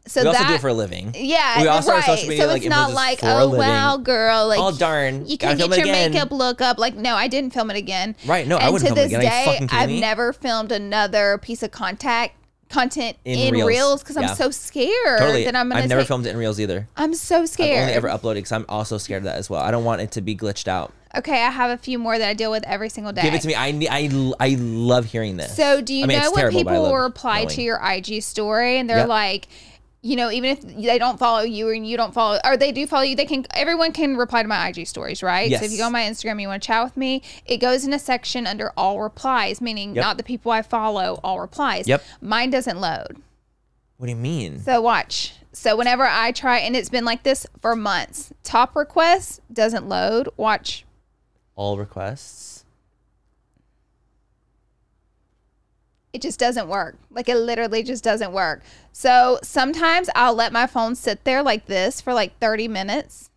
[SPEAKER 2] So
[SPEAKER 1] we also
[SPEAKER 2] that
[SPEAKER 1] do it for a living.
[SPEAKER 2] yeah,
[SPEAKER 1] We also
[SPEAKER 2] right.
[SPEAKER 1] are social media
[SPEAKER 2] so
[SPEAKER 1] like
[SPEAKER 2] it's not
[SPEAKER 1] influencers
[SPEAKER 2] like
[SPEAKER 1] for a
[SPEAKER 2] oh
[SPEAKER 1] living.
[SPEAKER 2] wow, girl, like
[SPEAKER 1] Oh, darn.
[SPEAKER 2] you
[SPEAKER 1] Gotta
[SPEAKER 2] can
[SPEAKER 1] film
[SPEAKER 2] get
[SPEAKER 1] it
[SPEAKER 2] your
[SPEAKER 1] again.
[SPEAKER 2] makeup look up. Like no, I didn't film it again.
[SPEAKER 1] Right, no, I
[SPEAKER 2] and
[SPEAKER 1] wouldn't
[SPEAKER 2] to
[SPEAKER 1] film it
[SPEAKER 2] this
[SPEAKER 1] again. Are you
[SPEAKER 2] day,
[SPEAKER 1] fucking kidding
[SPEAKER 2] I've
[SPEAKER 1] me?
[SPEAKER 2] never filmed another piece of contact content
[SPEAKER 1] In
[SPEAKER 2] in,
[SPEAKER 1] Reels.
[SPEAKER 2] reels because
[SPEAKER 1] Yeah.
[SPEAKER 2] I'm so scared
[SPEAKER 1] Totally.
[SPEAKER 2] that I'm gonna.
[SPEAKER 1] I've never
[SPEAKER 2] take-
[SPEAKER 1] filmed it in Reels either.
[SPEAKER 2] I'm so
[SPEAKER 1] I've
[SPEAKER 2] scared.
[SPEAKER 1] only ever uploaded because I'm also scared of that as well. I don't want it to be glitched out.
[SPEAKER 2] Okay, I have a few more that I deal with every single day.
[SPEAKER 1] Give it to me. I ne- I l- I love hearing this.
[SPEAKER 2] So, do you
[SPEAKER 1] I mean,
[SPEAKER 2] know
[SPEAKER 1] it's
[SPEAKER 2] when
[SPEAKER 1] terrible, but I
[SPEAKER 2] people
[SPEAKER 1] love
[SPEAKER 2] will reply
[SPEAKER 1] knowing.
[SPEAKER 2] to your IG story and they're
[SPEAKER 1] Yep.
[SPEAKER 2] like, you know, even if they don't follow you and you don't follow, or they do follow you, they can, everyone can reply to my IG stories, right? So, if you
[SPEAKER 1] Yes.
[SPEAKER 2] go on my Instagram, you want to chat with me, it goes in a section under all replies, meaning
[SPEAKER 1] Yep.
[SPEAKER 2] not the people I follow, all replies.
[SPEAKER 1] Yep.
[SPEAKER 2] Mine doesn't load.
[SPEAKER 1] What do you mean?
[SPEAKER 2] So watch. So whenever I try, and it's been like this for months, top request doesn't load. Watch.
[SPEAKER 1] All requests.
[SPEAKER 2] It just doesn't work. Like it literally just doesn't work. So sometimes I'll let my phone sit there like this for like 30 minutes.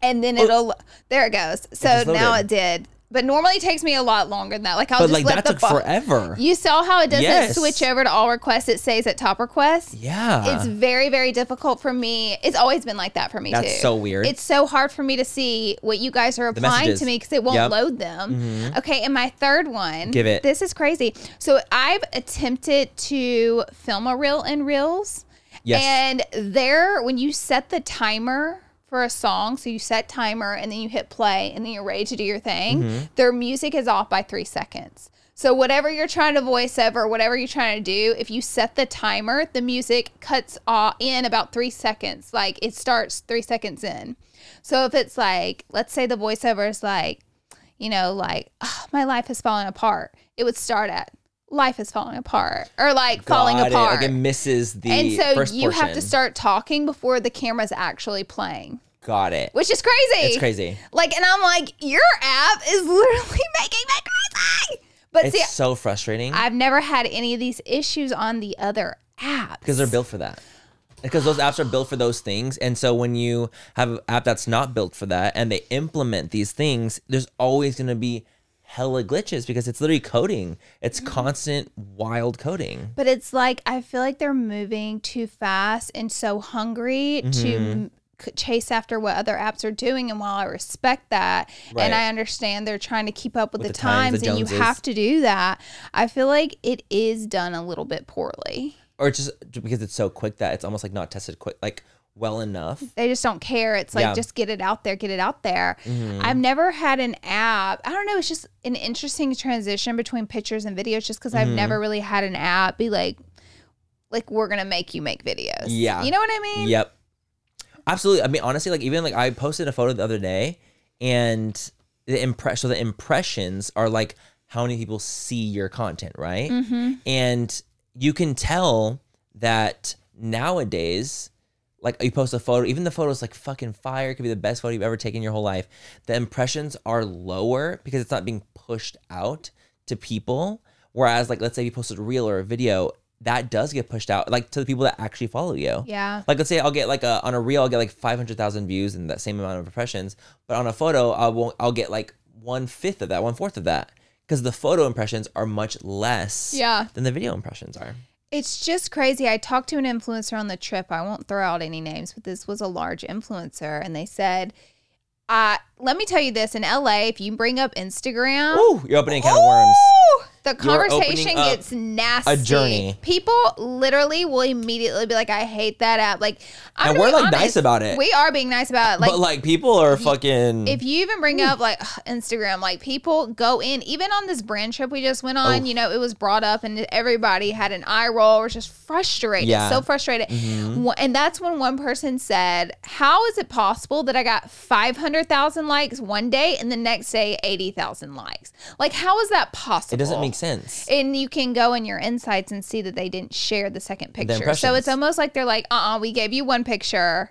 [SPEAKER 2] And then it'll there it goes. So
[SPEAKER 1] Oh. just
[SPEAKER 2] now
[SPEAKER 1] loaded.
[SPEAKER 2] it did. But normally it takes me a lot longer than that. Like I'll
[SPEAKER 1] But
[SPEAKER 2] just
[SPEAKER 1] like
[SPEAKER 2] let
[SPEAKER 1] that
[SPEAKER 2] the
[SPEAKER 1] took
[SPEAKER 2] phone-
[SPEAKER 1] forever.
[SPEAKER 2] You saw how it doesn't
[SPEAKER 1] Yes.
[SPEAKER 2] switch over to all requests. It stays at top requests.
[SPEAKER 1] yeah.
[SPEAKER 2] it's very very difficult for me it's always been like that for me
[SPEAKER 1] That's
[SPEAKER 2] too
[SPEAKER 1] so weird.
[SPEAKER 2] it's so hard for me to see what you guys are replying
[SPEAKER 1] messages.
[SPEAKER 2] to me because it won't
[SPEAKER 1] Yep. Mm-hmm.
[SPEAKER 2] load them okay and my third one
[SPEAKER 1] Give it.
[SPEAKER 2] this is crazy so i've attempted to film a reel in reels
[SPEAKER 1] Yes.
[SPEAKER 2] and there when you set the timer for a song so you set timer and then you hit play and then you're ready to do your thing
[SPEAKER 1] Mm-hmm.
[SPEAKER 2] their music is off by three seconds so whatever you're trying to voice over whatever you're trying to do if you set the timer the music cuts off in about three seconds like it starts three seconds in so if it's like let's say the voiceover is like you know like "Ah, my life has fallen apart it would start at life is falling apart or like falling
[SPEAKER 1] Got it.
[SPEAKER 2] apart
[SPEAKER 1] Like it misses the
[SPEAKER 2] and so
[SPEAKER 1] first
[SPEAKER 2] you
[SPEAKER 1] portion.
[SPEAKER 2] have to start talking before the camera's actually playing
[SPEAKER 1] Got it.
[SPEAKER 2] which is crazy
[SPEAKER 1] It's crazy.
[SPEAKER 2] like and i'm like your app is literally making me crazy but
[SPEAKER 1] It's
[SPEAKER 2] see
[SPEAKER 1] so frustrating
[SPEAKER 2] i've never had any of these issues on the other apps
[SPEAKER 1] because they're built for that. Because those apps are built for those things, and so when you have an app that's not built for that, and they implement these things, there's always going to be hella glitches because it's literally coding. It's constant wild coding.
[SPEAKER 2] but it's like i feel like they're moving too fast and so hungry to
[SPEAKER 1] Mm-hmm.
[SPEAKER 2] m- c- chase after what other apps are doing and while i respect that
[SPEAKER 1] Right.
[SPEAKER 2] and i understand they're trying to keep up with, the,
[SPEAKER 1] the
[SPEAKER 2] times,
[SPEAKER 1] times, the
[SPEAKER 2] and you
[SPEAKER 1] Joneses.
[SPEAKER 2] have to do that i feel like it is done a little bit poorly
[SPEAKER 1] or it's just j- because it's so quick that it's almost like not tested quick, like well enough.
[SPEAKER 2] they just don't care. It's like
[SPEAKER 1] Yeah. Mm-hmm.
[SPEAKER 2] just get it out there, get it out there. I've never had an app. I don't know. It's just an interesting transition between pictures and videos, just because I've
[SPEAKER 1] Mm-hmm.
[SPEAKER 2] never really had an app be like, like we're gonna make you make videos.
[SPEAKER 1] Yeah.
[SPEAKER 2] you know what I mean.
[SPEAKER 1] Yep, absolutely. I mean, honestly, like even like I posted a photo the other day, and the impress so the impressions are like how many people see your content, right? And you can tell that nowadays. Like you post a photo, even the photo's like fucking fire. It could be the best photo you've ever taken in your whole life. The impressions are lower because it's not being pushed out to people. Whereas, like, let's say you posted a reel or a video, that does get pushed out, like to the people that actually follow you.
[SPEAKER 2] Yeah.
[SPEAKER 1] Like let's say I'll get like a on a reel I'll get like five hundred thousand views and that same amount of impressions, but on a photo I won't. I'll get like one fifth of that, one fourth of that, because the photo impressions are much less.
[SPEAKER 2] Yeah.
[SPEAKER 1] Than the video impressions are.
[SPEAKER 2] It's just crazy. I talked to an influencer on the trip. I won't throw out any names, but this was a large influencer, and they said, uh, "Let me tell you this: in LA, if you bring up Instagram."
[SPEAKER 1] Ooh, you're opening a can
[SPEAKER 2] oh,
[SPEAKER 1] of worms.
[SPEAKER 2] Ooh, The
[SPEAKER 1] You're opening
[SPEAKER 2] conversation
[SPEAKER 1] up
[SPEAKER 2] gets nasty.
[SPEAKER 1] journey.
[SPEAKER 2] People literally will immediately be like, "I hate that app." Like, I'm
[SPEAKER 1] And
[SPEAKER 2] gonna
[SPEAKER 1] we're,
[SPEAKER 2] be
[SPEAKER 1] like, nice
[SPEAKER 2] honest,
[SPEAKER 1] about it.
[SPEAKER 2] We are being nice about it. Like,
[SPEAKER 1] but like people are fucking.
[SPEAKER 2] if you even bring up like ugh, Instagram, like people go in. Even on this brand trip we just went on, you know, it was brought up, and everybody had an eye roll. Was just frustrated,
[SPEAKER 1] Yeah. Mm-hmm.
[SPEAKER 2] so frustrated. Wh- And that's when one person said, "How is it possible that I got five hundred thousand likes one day, and the next day eighty thousand likes? Like, how is that possible?
[SPEAKER 1] it doesn't make sense.
[SPEAKER 2] And you can go in your insights and see that they didn't share the second picture. so
[SPEAKER 1] impressions.
[SPEAKER 2] it's almost like they're like, uh uh we gave you one picture.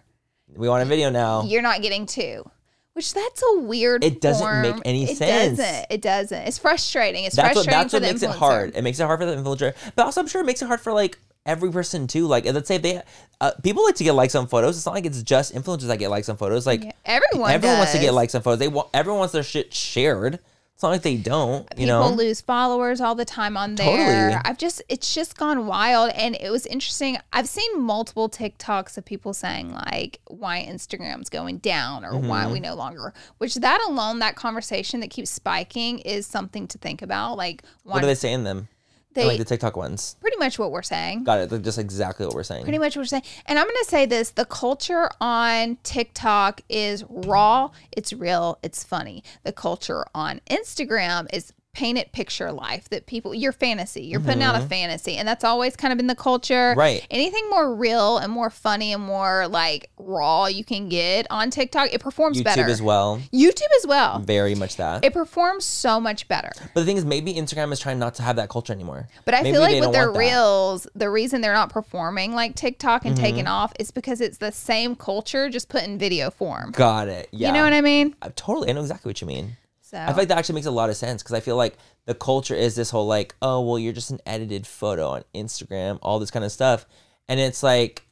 [SPEAKER 1] we want a video now.
[SPEAKER 2] You're not getting two. Which that's a weird
[SPEAKER 1] Oh. It doesn't
[SPEAKER 2] form.
[SPEAKER 1] make any
[SPEAKER 2] it
[SPEAKER 1] sense.
[SPEAKER 2] doesn't. It doesn't. It's frustrating. It's
[SPEAKER 1] that's what
[SPEAKER 2] frustrating
[SPEAKER 1] that's
[SPEAKER 2] for
[SPEAKER 1] what
[SPEAKER 2] the
[SPEAKER 1] makes it
[SPEAKER 2] influencer.
[SPEAKER 1] hard. It makes it hard for the influencer, but also I'm sure it makes it hard for like every person too. Like let's say they uh, people like to get likes on photos. It's not like it's just influencers that get likes on photos. Like
[SPEAKER 2] Yeah, everyone
[SPEAKER 1] wants to get
[SPEAKER 2] does.
[SPEAKER 1] likes on photos. They want everyone wants their shit shared. It's not like they don't. You know,
[SPEAKER 2] People lose followers all the time on there.
[SPEAKER 1] Totally.
[SPEAKER 2] I've just it's just gone wild and it was interesting. I've seen multiple TikToks of people saying like why Instagram's going down or why
[SPEAKER 1] Mm-hmm.
[SPEAKER 2] we no longer which that alone, that conversation that keeps spiking is something to think about. Like why
[SPEAKER 1] what are they saying them?
[SPEAKER 2] They
[SPEAKER 1] like the TikTok ones.
[SPEAKER 2] pretty much what we're saying.
[SPEAKER 1] Got it. That's just exactly what we're saying.
[SPEAKER 2] Pretty much what we're saying. And I'm going to say this the culture on TikTok is raw, it's real, it's funny. The culture on Instagram is painted picture life that people, your fantasy, you're putting out a fantasy. And that's always kind of been the culture.
[SPEAKER 1] Mm-hmm. Right.
[SPEAKER 2] Anything more real and more funny and more like raw you can get on TikTok, it performs
[SPEAKER 1] YouTube
[SPEAKER 2] better.
[SPEAKER 1] as well.
[SPEAKER 2] YouTube as well.
[SPEAKER 1] Very much that.
[SPEAKER 2] it performs so much better.
[SPEAKER 1] but the thing is, maybe Instagram is trying not to have that culture anymore.
[SPEAKER 2] But I
[SPEAKER 1] Maybe
[SPEAKER 2] feel
[SPEAKER 1] they
[SPEAKER 2] like
[SPEAKER 1] don't
[SPEAKER 2] with their
[SPEAKER 1] want that.
[SPEAKER 2] reels, the reason they're not performing like TikTok
[SPEAKER 1] Mm-hmm.
[SPEAKER 2] and taking off is because it's the same culture, just put in video form.
[SPEAKER 1] Got it. Yeah.
[SPEAKER 2] You know what I Oh. mean?
[SPEAKER 1] I totally. I know exactly what you mean.
[SPEAKER 2] So
[SPEAKER 1] I feel like that actually makes a lot of sense because I feel like the culture is this whole like, oh well, you're just an edited photo on Instagram, all this kind of stuff, and it's like,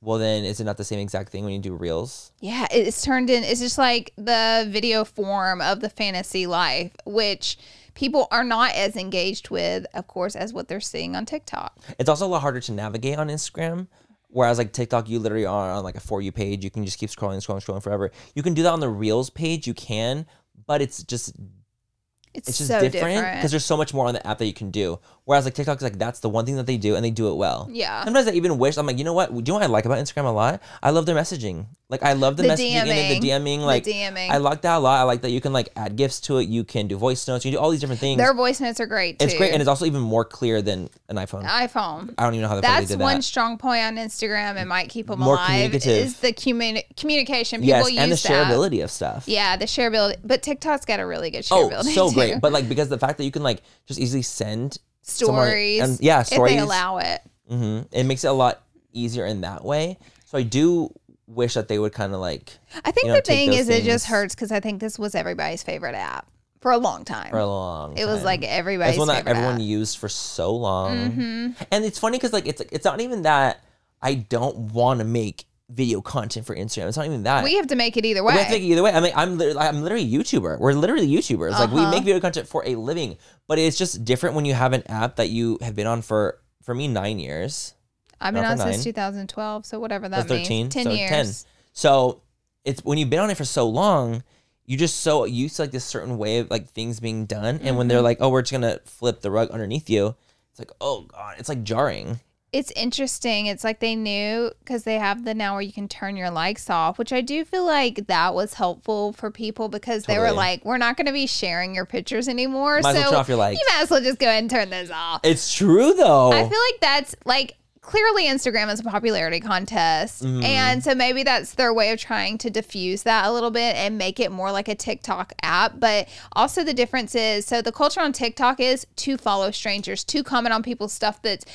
[SPEAKER 1] well then, is it not the same exact thing when you do reels?
[SPEAKER 2] yeah, it- it's turned in. It's just like the video form of the fantasy life, which people are not as engaged with, of course, as what they're seeing on TikTok.
[SPEAKER 1] It's also a lot harder to navigate on Instagram. Whereas like TikTok, you literally are on like a for you page. You can just keep scrolling, scrolling, scrolling forever. You can do that on the reels page. You can, but it's just
[SPEAKER 2] It's,
[SPEAKER 1] it's just
[SPEAKER 2] so
[SPEAKER 1] different
[SPEAKER 2] different.
[SPEAKER 1] because there's so much more on the app that you can do. Whereas like TikTok is like that's the one thing that they do and they do it well.
[SPEAKER 2] Yeah.
[SPEAKER 1] Sometimes I even wish I'm like, you know what? Do you know what I like about Instagram a lot? I love their messaging. Like I love the,
[SPEAKER 2] The
[SPEAKER 1] messaging and the
[SPEAKER 2] DMing.
[SPEAKER 1] DMing. Like
[SPEAKER 2] DMing.
[SPEAKER 1] I like that a lot. I like that you can like add gifts to it. You can do voice notes. You can do all these different things.
[SPEAKER 2] Their voice notes are great too.
[SPEAKER 1] it's great and it's also even more clear than an iPhone. I,
[SPEAKER 2] iPhone.
[SPEAKER 1] don't even know how the fuck they
[SPEAKER 2] That's
[SPEAKER 1] did
[SPEAKER 2] one
[SPEAKER 1] that.
[SPEAKER 2] strong point on Instagram and might keep them
[SPEAKER 1] More
[SPEAKER 2] alive
[SPEAKER 1] communicative.
[SPEAKER 2] is the communi- communication. People
[SPEAKER 1] Yes,
[SPEAKER 2] use
[SPEAKER 1] and the
[SPEAKER 2] that.
[SPEAKER 1] shareability of stuff.
[SPEAKER 2] Yeah, the shareability, but TikTok's got a really good
[SPEAKER 1] Oh,
[SPEAKER 2] shareability.
[SPEAKER 1] so
[SPEAKER 2] too.
[SPEAKER 1] great. But like because the fact that you can like just easily send someone-
[SPEAKER 2] stories,
[SPEAKER 1] and, yeah, stories.
[SPEAKER 2] if they allow it.
[SPEAKER 1] hmm It makes it a lot easier in that way. So I do wish that they would kind of like
[SPEAKER 2] I think
[SPEAKER 1] You know,
[SPEAKER 2] the
[SPEAKER 1] take
[SPEAKER 2] thing
[SPEAKER 1] those
[SPEAKER 2] is, it
[SPEAKER 1] things.
[SPEAKER 2] just hurts because I think this was everybody's favorite app for a long time.
[SPEAKER 1] for a long.
[SPEAKER 2] it was
[SPEAKER 1] time.
[SPEAKER 2] like everybody's
[SPEAKER 1] it's one that
[SPEAKER 2] favorite
[SPEAKER 1] everyone
[SPEAKER 2] app.
[SPEAKER 1] used for so long,
[SPEAKER 2] Mm-hmm.
[SPEAKER 1] and it's funny because like it's it's not even that I don't want to make video content for Instagram. It's not even that.
[SPEAKER 2] We have to make it either
[SPEAKER 1] We
[SPEAKER 2] way.
[SPEAKER 1] have to make it either way. I mean, I'm literally, I'm literally a YouTuber. We're literally YouTubers. Like
[SPEAKER 2] Uh-huh.
[SPEAKER 1] we make video content for a living, but it's just different when you have an app that you have been on for for me nine years.
[SPEAKER 2] I've been
[SPEAKER 1] Not
[SPEAKER 2] on
[SPEAKER 1] for
[SPEAKER 2] since
[SPEAKER 1] nine.
[SPEAKER 2] 2012, so whatever
[SPEAKER 1] That's
[SPEAKER 2] that
[SPEAKER 1] thirteen.
[SPEAKER 2] means. 10
[SPEAKER 1] so
[SPEAKER 2] years.
[SPEAKER 1] So it's when you've been on it for so long, you're just so used to like this certain way of like things being done. And when
[SPEAKER 2] Mm-hmm.
[SPEAKER 1] they're like, oh, we're just gonna flip the rug underneath you, it's like, oh god, it's like jarring.
[SPEAKER 2] It's interesting. It's like they knew because they have the now where you can turn your likes off, which I do feel like that was helpful for people because they were
[SPEAKER 1] Totally.
[SPEAKER 2] like, we're not going to be sharing your pictures anymore.
[SPEAKER 1] Might as
[SPEAKER 2] so
[SPEAKER 1] well turn off your likes.
[SPEAKER 2] you might as well just go ahead and turn this off.
[SPEAKER 1] It's true though.
[SPEAKER 2] I feel like that's like clearly Instagram is a popularity contest.
[SPEAKER 1] Mm-hmm.
[SPEAKER 2] And so maybe that's their way of trying to diffuse that a little bit and make it more like a TikTok app. But also the difference is so the culture on TikTok is to follow strangers, to comment on people's stuff that's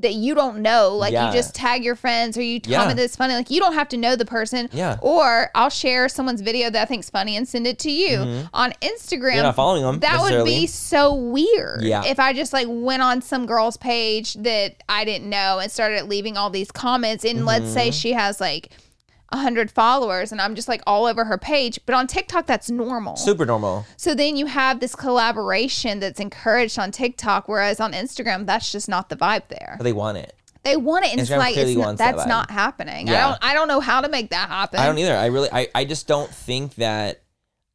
[SPEAKER 2] that you don't know. Like
[SPEAKER 1] Yeah.
[SPEAKER 2] you just tag your friends or you
[SPEAKER 1] Yeah.
[SPEAKER 2] comment that's funny. Like you don't have to know the person.
[SPEAKER 1] Yeah.
[SPEAKER 2] Or I'll share someone's video that I think's funny and send it to you on Instagram.
[SPEAKER 1] Mm-hmm. You're not following 'em
[SPEAKER 2] That would be
[SPEAKER 1] um, necessarily.
[SPEAKER 2] so weird
[SPEAKER 1] Yeah.
[SPEAKER 2] if I just like went on some girl's page that I didn't know and started leaving all these comments. And let's say
[SPEAKER 1] Mm-hmm.
[SPEAKER 2] she has like a hundred followers, and I'm just like all over her page. But on TikTok, that's normal. So,
[SPEAKER 1] Super normal.
[SPEAKER 2] then you have this collaboration that's encouraged on TikTok, whereas on Instagram, that's just not the vibe there.
[SPEAKER 1] But they want it.
[SPEAKER 2] They want it, and it's
[SPEAKER 1] Instagram
[SPEAKER 2] like
[SPEAKER 1] clearly
[SPEAKER 2] it's not,
[SPEAKER 1] wants that
[SPEAKER 2] that's
[SPEAKER 1] vibe.
[SPEAKER 2] not happening. I
[SPEAKER 1] Yeah.
[SPEAKER 2] don't. I don't know how to make that happen.
[SPEAKER 1] I don't either. I really I, I just don't think that